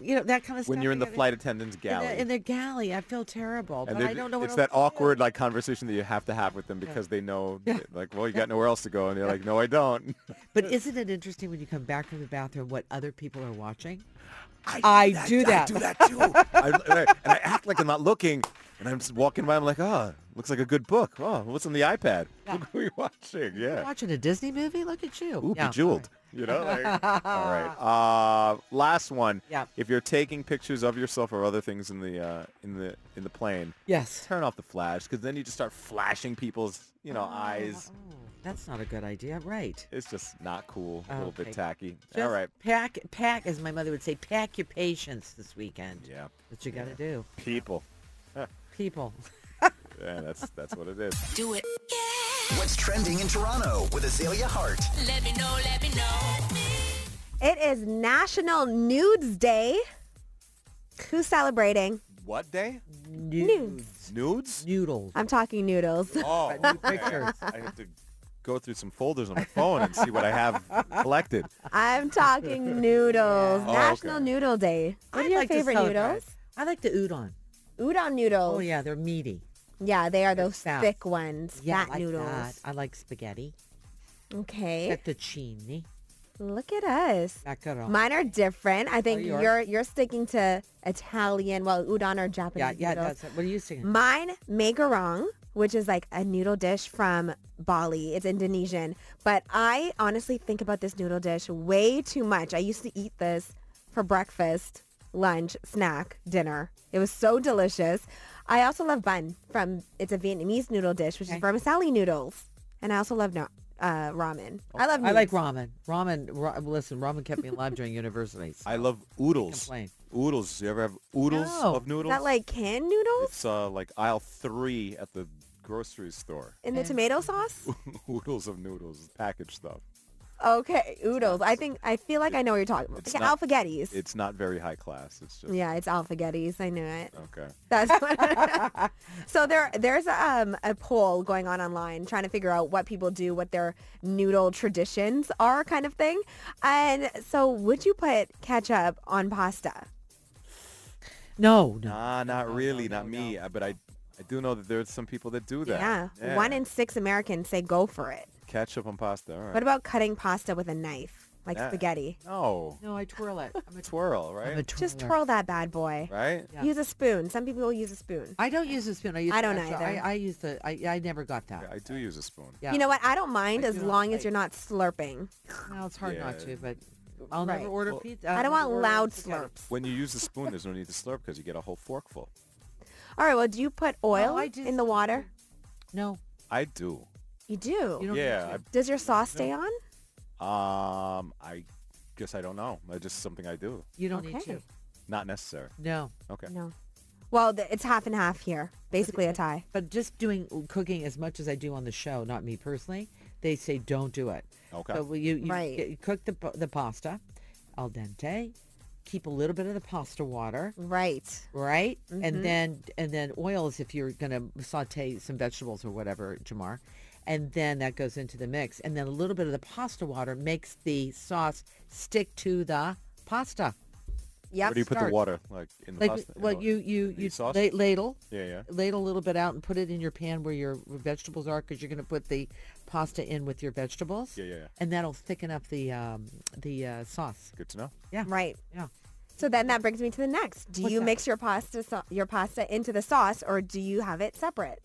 D: you know that kind of stuff."
C: When you're in
D: I
C: the
D: gotta-
C: flight attendant's
D: in
C: galley.
D: the, in the galley, I feel terrible,
C: And
D: but I
C: then
D: don't know what
C: it's
D: else
C: that
D: to do.
C: awkward like conversation that you have to have with them because they know that, like well you got nowhere else to go and they're like no i don't
D: But isn't it interesting when you come back from the bathroom what other people are watching?
C: I,
D: do that.
C: i do that too I, and, I, and I act like i'm not looking and i'm just walking by i'm like oh looks like a good book oh what's on the ipad look what we're watching yeah
D: Watching a Disney movie? Look at you.
C: Ooh,
D: Yeah, all
C: Bejeweled.
D: right.
C: You know? Like, all right. Uh, last one.
D: Yeah.
C: If you're taking pictures of yourself or other things in the uh, in the in the plane,
D: Yes.
C: turn off the flash because then you just start flashing people's you know eyes.
D: Oh, That's not a good idea, right?
C: It's just not cool. A little
D: Okay.
C: bit tacky. all
D: Just
C: right.
D: Pack, pack, as my mother would say, pack your patience this weekend.
C: Yeah.
D: What you got to do.
C: People.
D: People.
C: Yeah, that's that's what it is.
M: Do it.
E: What's trending in Toronto with Azalea Hart?
M: Let me know, let me know.
F: It is National Nudes Day. Who's celebrating?
C: What day?
F: Nudes.
C: Nudes?
D: Noodles.
F: I'm talking noodles.
C: Oh, okay.
D: pictures.
C: I have to go through some folders on my phone and see what I have collected.
F: I'm talking noodles.
C: Oh,
F: National
C: okay.
F: Noodle Day. What
D: I'd
F: are your
D: like to
F: favorite
D: celebrate.
F: noodles?
D: I like the udon.
F: Udon noodles.
D: Oh, yeah, they're meaty.
F: Yeah, they are those
D: fat.
F: thick ones.
D: Yeah, I
F: fat
D: like
F: noodles.
D: that. I like spaghetti.
F: Okay.
D: Fettuccine.
F: Look at us.
D: Macaroni.
F: Mine are different. I think
D: Oh. yours?
F: you're you're sticking to Italian, well, udon or Japanese
D: yeah, yeah.
F: noodles.
D: That's it. What are you singing?
F: Mine, megarong, which is like a noodle dish from Bali. It's Indonesian. But I honestly think about this noodle dish way too much. I used to eat this for breakfast, lunch, snack, dinner. It was so delicious. I also love bun from, it's a Vietnamese noodle dish, which is vermicelli noodles. And I also love no, uh, ramen. I love
D: I
F: noodles.
D: like ramen. Ramen. Ra- listen, ramen kept me alive during university. so
C: I love oodles.
D: complain.
C: Oodles. You ever have oodles
D: No.
C: of noodles?
F: Is that like canned noodles
C: It's uh, like aisle three at the grocery store.
F: in the tomato sauce?
C: oodles of noodles, packaged stuff.
F: Okay, oodles. I think I feel like I know what you're talking about.
C: It's
F: Yeah,
C: not-
F: alphagettis.
C: It's not very high class. It's just
F: yeah, it's alphagettis. I knew it.
C: okay.
F: That's what. so there, there's um, a poll going on online trying to figure out what people do, what their noodle traditions are, kind of thing. And so, would you put ketchup on pasta?
D: No, no.
C: Nah, not really, not me. Uh, But I, I do know that there's some people that do that.
F: Yeah. one in six Americans say go for it.
C: ketchup on pasta. All right.
F: What about cutting pasta with a knife, like
C: Yeah.
F: spaghetti?
C: No,
D: No, I twirl it. I'm a
C: twirl, right?
D: I'm a
F: Just
D: twirler.
F: twirl that bad boy.
C: Right?
D: Yeah.
F: Use a spoon. Some people will use a spoon.
D: I don't use a spoon. I, use the
F: I don't
D: extra-
F: either.
D: I, I use the. I, I never got that.
C: I do use a spoon.
D: Yeah.
F: You know what? I don't mind
D: I
F: as
D: do not
F: long
D: like-
F: as you're not slurping.
D: No, it's hard not
C: Yeah.
D: to, but I'll
F: Right.
D: never order pizza.
F: I
D: I'll
F: don't
D: never
F: want
D: order
F: loud
D: spaghetti.
F: slurps.
C: When you use the spoon, there's no need to slurp because you get a whole forkful.
F: All right, well, do you put oil
D: I do
F: in the water?
D: No,
C: I do.
F: You do.
D: you don't.
C: yeah.
D: Need
C: I
D: to.
F: Does your sauce stay on?
C: Um, I guess I don't know. That's just something I do.
D: You don't need
F: Okay.
D: to.
C: Not necessary.
D: No,
C: Okay.
F: No. Well, th- it's half and half here. Basically a tie.
D: but just doing cooking as much as I do on the show, not me personally. They say don't do it.
C: Okay.
D: So you, you
F: Right.
D: get- cook the pa- the pasta al dente. Keep a little bit of the pasta water,
F: Right.
D: right? And then and then oils if you're gonna saute some vegetables or whatever, Jamar. And then that goes into the mix. And then a little bit of the pasta water makes the sauce stick to the pasta.
F: Yep.
C: Where do you put
D: Start.
C: the water? Like in the
D: like
C: pasta? in
D: well
C: the-
D: you you
C: the
D: you
C: sauce?
D: la- ladle
C: Yeah, yeah.
D: ladle a little bit out and put it in your pan where your vegetables are because you're going to put the pasta in with your vegetables
C: Yeah, yeah, yeah.
D: and that'll thicken up the um the uh, sauce
C: Good to know.
D: yeah
F: Right.
D: yeah
F: So then that brings me to the next. Do
D: What's
F: you
D: that?
F: mix your pasta so- your pasta into the sauce or do you have it separate?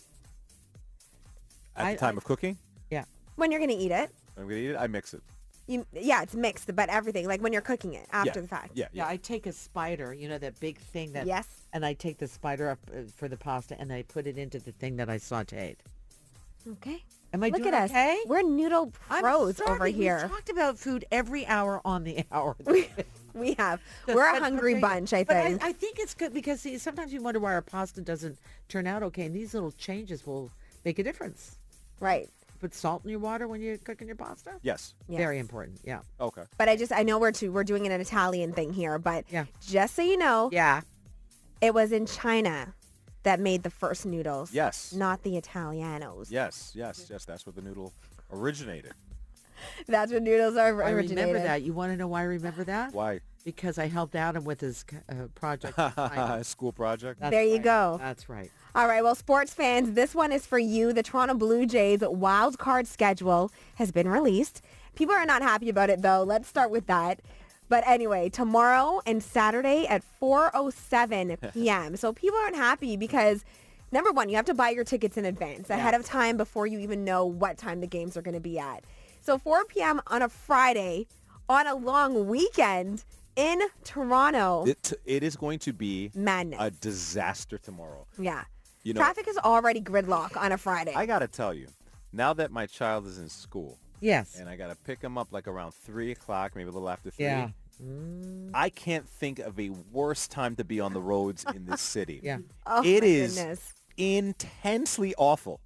C: At
D: I-
C: the time of cooking,
D: yeah
F: When you're going to eat it?
C: I'm gonna eat it. I mix it.
F: You yeah, it's mixed, but everything like when you're cooking it after
C: yeah.
F: the fact.
C: Yeah,
D: yeah
C: yeah.
D: i take a spider you know that big thing that
F: Yes.
D: and i take the spider up uh, for the pasta and i put it into the thing that i sauteed
F: Okay.
D: am i
F: Look
D: doing
F: at us.
D: okay
F: We're noodle
D: I'm
F: pros over
D: starving. We've
F: here.
D: talked about food every hour on the hour
F: We have. We're a
D: But
F: hungry
D: prepared-
F: bunch, I
D: but
F: think.
D: I, think it's good because see, sometimes you wonder why our pasta doesn't turn out okay, and these little changes will make a difference.
F: right.
D: Put salt in your water when you're cooking your pasta.
C: Yes.
D: Very important. Yeah.
C: Okay.
F: But I just I know we're too, we're doing an Italian thing here, but
D: Yeah.
F: just so you know,
D: Yeah.
F: it was in China that made the first noodles.
C: Yes.
F: Not the Italianos.
C: Yes. Yes. Yes. That's where the noodle originated.
F: That's where noodles are
D: I
F: originated.
D: remember that. You want to know why I remember that?
C: Why?
D: Because I helped Adam with his uh, project. in China.
C: School project.
D: That's
F: There you
D: right.
F: go.
D: That's right.
F: All right, well, sports fans, this one is for you. The Toronto Blue Jays wild card schedule has been released. People are not happy about it though. Let's start with that. But anyway, tomorrow and Saturday at 4:07 p.m. so people aren't happy because number 1, you have to buy your tickets in advance ahead of time before you even know what time the games are going to be at. So 4 p.m. on a Friday, on a long weekend in Toronto.
C: It, it is going to be
F: Madness.
C: a disaster tomorrow.
F: yeah.
C: You know,
F: Traffic is already gridlock on a Friday.
C: I got to tell you, now that my child is in school.
D: Yes.
C: And I got to pick him up like around 3 o'clock, maybe a little after 3.
D: Yeah.
C: I can't think of a worse time to be on the roads in this city.
D: Yeah.
F: Oh,
C: it
F: my
C: is
F: goodness.
C: intensely awful.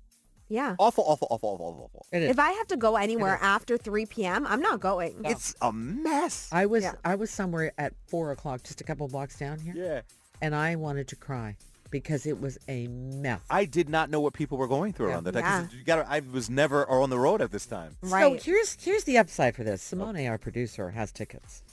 F: yeah.
C: Awful, awful, awful, awful, awful, awful.
F: If I have to go anywhere after 3 p.m., I'm not going.
C: It's a mess.
D: I was
F: Yeah.
D: I was somewhere at four o'clock, just a couple blocks down here.
C: Yeah.
D: And I wanted to cry because it was a mess.
C: I did not know what people were going through
D: Yeah.
C: around that time. 'cause
D: Yeah.
C: You got I was never on the road at this time.
D: So here's here's the upside for this. Simone, our producer, has tickets.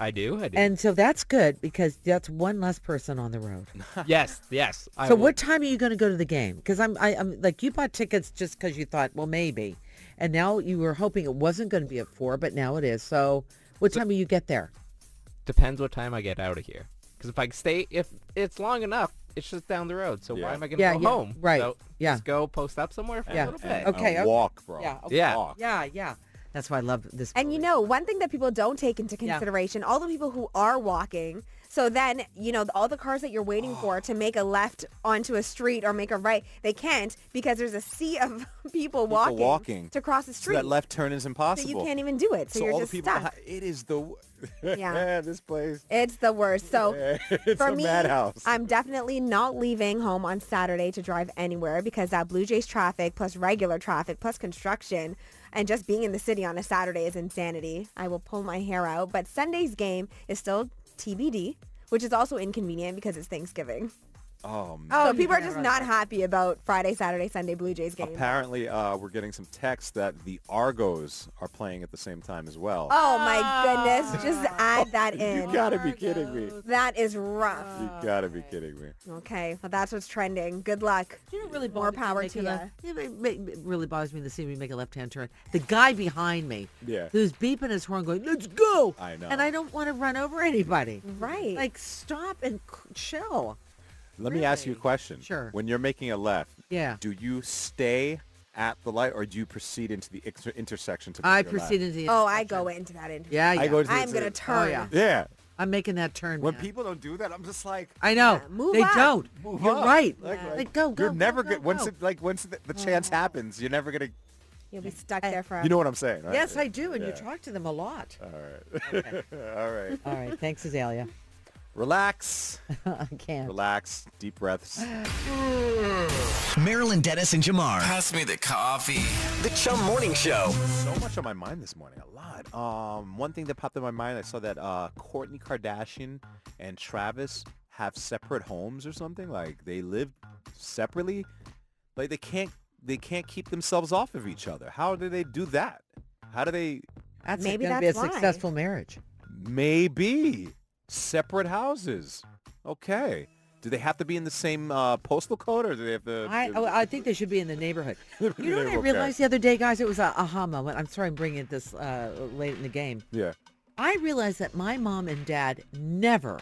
G: I do. I do.
D: And so that's good because that's one less person on the road.
G: yes, yes. I
D: so
G: will-
D: what time are you going to go to the game? Because I'm I, I'm like you bought tickets just because you thought well maybe, and now you were hoping it wasn't going to be at four, but now it is. So what time will you get there?
G: depends what time I get out of here. Because if I stay, if it's long enough, it's just down the road. So
D: Yeah.
G: why am I gonna
D: Yeah,
G: go
D: yeah,
G: home?
D: right,
G: So
D: yeah.
G: Just go post up somewhere for
D: Yeah,
G: a little
D: and-
G: bit.
D: and Okay, okay. walk,
C: bro.
D: Yeah, okay.
G: Yeah.
D: Yeah, yeah. That's why I love this.
F: And you know, one thing that people don't take into consideration, all the people who are walking. So then, you know, all the cars that you're waiting
C: Oh.
F: for to make a left onto a street or make a right, they can't because there's a sea of people walking,
C: walking.
F: to cross the
C: So
F: street.
C: that left turn is impossible.
F: can't even do it, so you're
C: all
F: just
C: the people
F: stuck.
C: behind- it is the. w-
F: Yeah.
C: this place.
F: It's the worst. So
C: It's
F: for
C: a
F: me,
C: madhouse.
F: I'm definitely not leaving home on Saturday to drive anywhere because that Blue Jays traffic plus regular traffic plus construction and just being in the city on a Saturday is insanity. I will pull my hair out. But Sunday's game is still TBD, which is also inconvenient because it's Thanksgiving.
C: Oh man.
F: so people are just not happy about Friday, Saturday, Sunday Blue Jays game.
C: Apparently, uh, we're getting some text that the Argos are playing at the same time as well.
F: Oh my goodness. Just add that in.
C: You gotta be kidding me.
F: That is rough.
C: You gotta be kidding me.
F: Okay, well that's what's trending. Good luck.
D: really
F: More
D: bothered me
F: power
D: make
F: to
D: a
F: you.
D: left- It, ma- ma- it really bothers me to see me make a left-hand turn. The guy behind me,
C: Yeah.
D: who's beeping his horn, going, "Let's go!"
C: I know.
D: and I don't want to run over anybody.
F: Right?
D: Like, stop and c- chill.
C: Let me ask you a question.
D: Sure.
C: When you're making a left,
D: Yeah.
C: do you stay at the light or do you proceed into the inter- intersection to make
D: I
C: your left?
D: proceed into the.
F: Oh, I go into that interview.
D: Yeah, yeah.
C: I go to the
F: I'm gonna
C: intersection.
F: turn.
D: Oh, yeah.
C: Yeah.
D: I'm making that turn.
C: When
D: man.
C: people don't do that, I'm just like,
D: I know
F: move
D: they
F: up.
D: don't.
C: move
D: You're
C: up.
D: right.
C: Like,
D: Like,
C: like,
D: go, go.
C: You're
D: go,
C: never
D: go, Oh.
C: good. Once
D: go.
C: it, like once the, the chance happens, you're never gonna.
F: You'll be stuck there forever.
C: You know what I'm saying? Right?
D: Yes, I do, and you
C: Yeah.
D: talk to them a lot.
C: All right. All right.
D: All right, thanks, Azalea.
C: Relax.
D: I can't.
C: Relax. Deep breaths.
E: Marilyn Dennis and Jamar.
B: Pass me the coffee.
E: The Chum Morning Show.
C: so much on my mind this morning. A lot. Um, one thing that popped in my mind, I saw that uh, Courtney Kardashian and Travis have separate homes or something. Like they live separately. Like they can't they can't keep themselves off of each other. How do they do that? How do they
D: That's
F: Maybe
D: gonna
F: that's
D: be a
F: why.
D: successful marriage.
C: maybe separate houses? Okay. Do they have to be in the same uh, postal code or do they have to
D: I, oh, I think they should be in the neighborhood. You
C: in the
D: know what I
C: neighborhood,
D: realized the other day, guys? It was a aha moment. I'm sorry I'm bringing it this uh, late in the game.
C: Yeah.
D: I realized that my mom and dad never,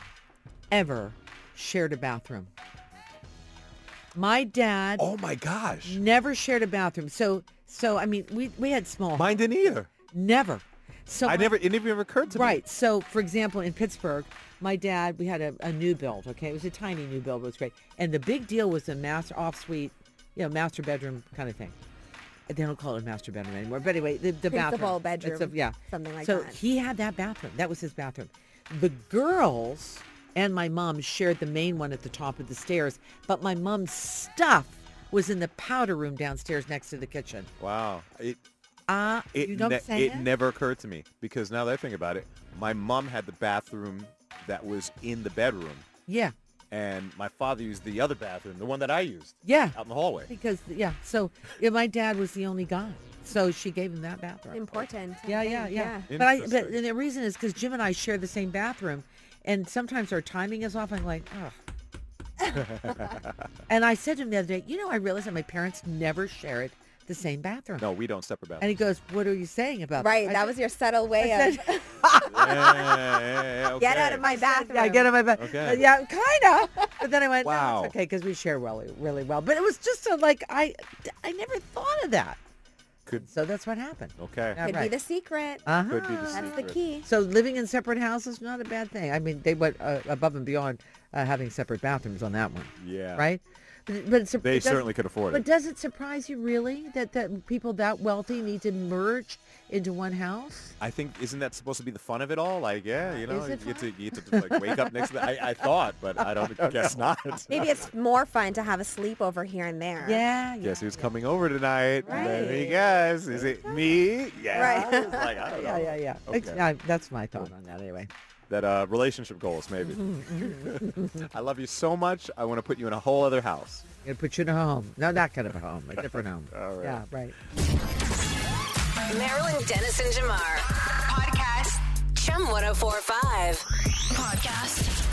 D: ever shared a bathroom. My dad
C: Oh my gosh.
D: never shared a bathroom. So, so I mean, we, we had small.
C: Mine didn't either.
D: never. So
C: I
D: my-
C: never it never occurred to me.
D: Right. So, for example, in Pittsburgh, my dad, we had a, a new build. Okay, it was a tiny new build. It was great, and the big deal was the master off suite, you know, master bedroom kind of thing. They don't call it a master bedroom anymore. But anyway, the, the
F: Principal
D: bathroom. It's a-
F: bedroom,
D: yeah,
F: something like
D: so
F: that.
D: he had that bathroom. That was his bathroom. The girls and my mom shared the main one at the top of the stairs, but my mom's stuff was in the powder room downstairs next to the kitchen.
C: Wow. It
D: Ah,
C: It,
D: you know
C: ne-
D: what I'm saying?
C: it never occurred to me because now that I think about it, my mom had the bathroom that was in the bedroom,
D: yeah,
C: and my father used the other bathroom, the one that I used.
D: Yeah.
C: Out in the hallway.
D: Because yeah, so yeah, my dad was the only guy, so she gave him that bathroom.
F: Important.
D: Yeah,
F: Okay,
D: yeah, yeah. But I but
C: Interesting.
D: and the reason is because Jim and I share the same bathroom, and sometimes our timing is off. I'm like, oh. and I said to him the other day, you know, I realized that my parents never shared the same bathroom.
C: No, we don't separate
D: And
C: bathrooms.
D: he goes, what are you saying about
F: Right.
D: I
F: That
D: said-
F: was your subtle way
D: I
F: of
D: said-
C: yeah, yeah, yeah,
F: get out
C: okay.
F: of my bathroom.
D: Yeah, get him my back.
C: Okay.
D: Yeah, kind of. But then I went, wow.
C: Wow.
D: it's okay, because we share really, really well. But it was just a, like, I, I never thought of that.
C: could.
D: So that's what happened.
C: Okay.
F: Could be the secret.
D: Uh-huh.
F: That's the key.
D: So living in separate houses, not a bad thing. I mean, they went uh, above and beyond uh, having separate bathrooms on that one.
C: Yeah.
D: Right? But, but it's,
C: They certainly could afford
D: But
C: it.
D: does it surprise you really that, that people that wealthy need to merge into one house?
C: I think isn't that supposed to be the fun of it all? Like, yeah, you know,
D: Is
C: you
D: it
C: get to you get to like wake up next to the, I, I thought, but I don't guess not.
F: Maybe it's more fun to have a sleepover here and there.
D: Yeah.
C: Guess who's coming over tonight? And then you guys, is it me? Yeah.
F: Right.
C: It's like, I don't
D: Yeah,
C: know.
D: yeah, yeah.
C: Oh, Okay.
D: Ex- I- that's my thought on that anyway.
C: That uh, relationship goals, maybe.
D: Mm-hmm,
C: I love you so much. I want to put you in a whole other house.
D: Gonna put you in a home. No, that kind of a home, a different home.
C: All right.
D: Yeah, right.
A: Marilyn Dennis oh and Jamar. Podcast. Chum 1045. Podcast.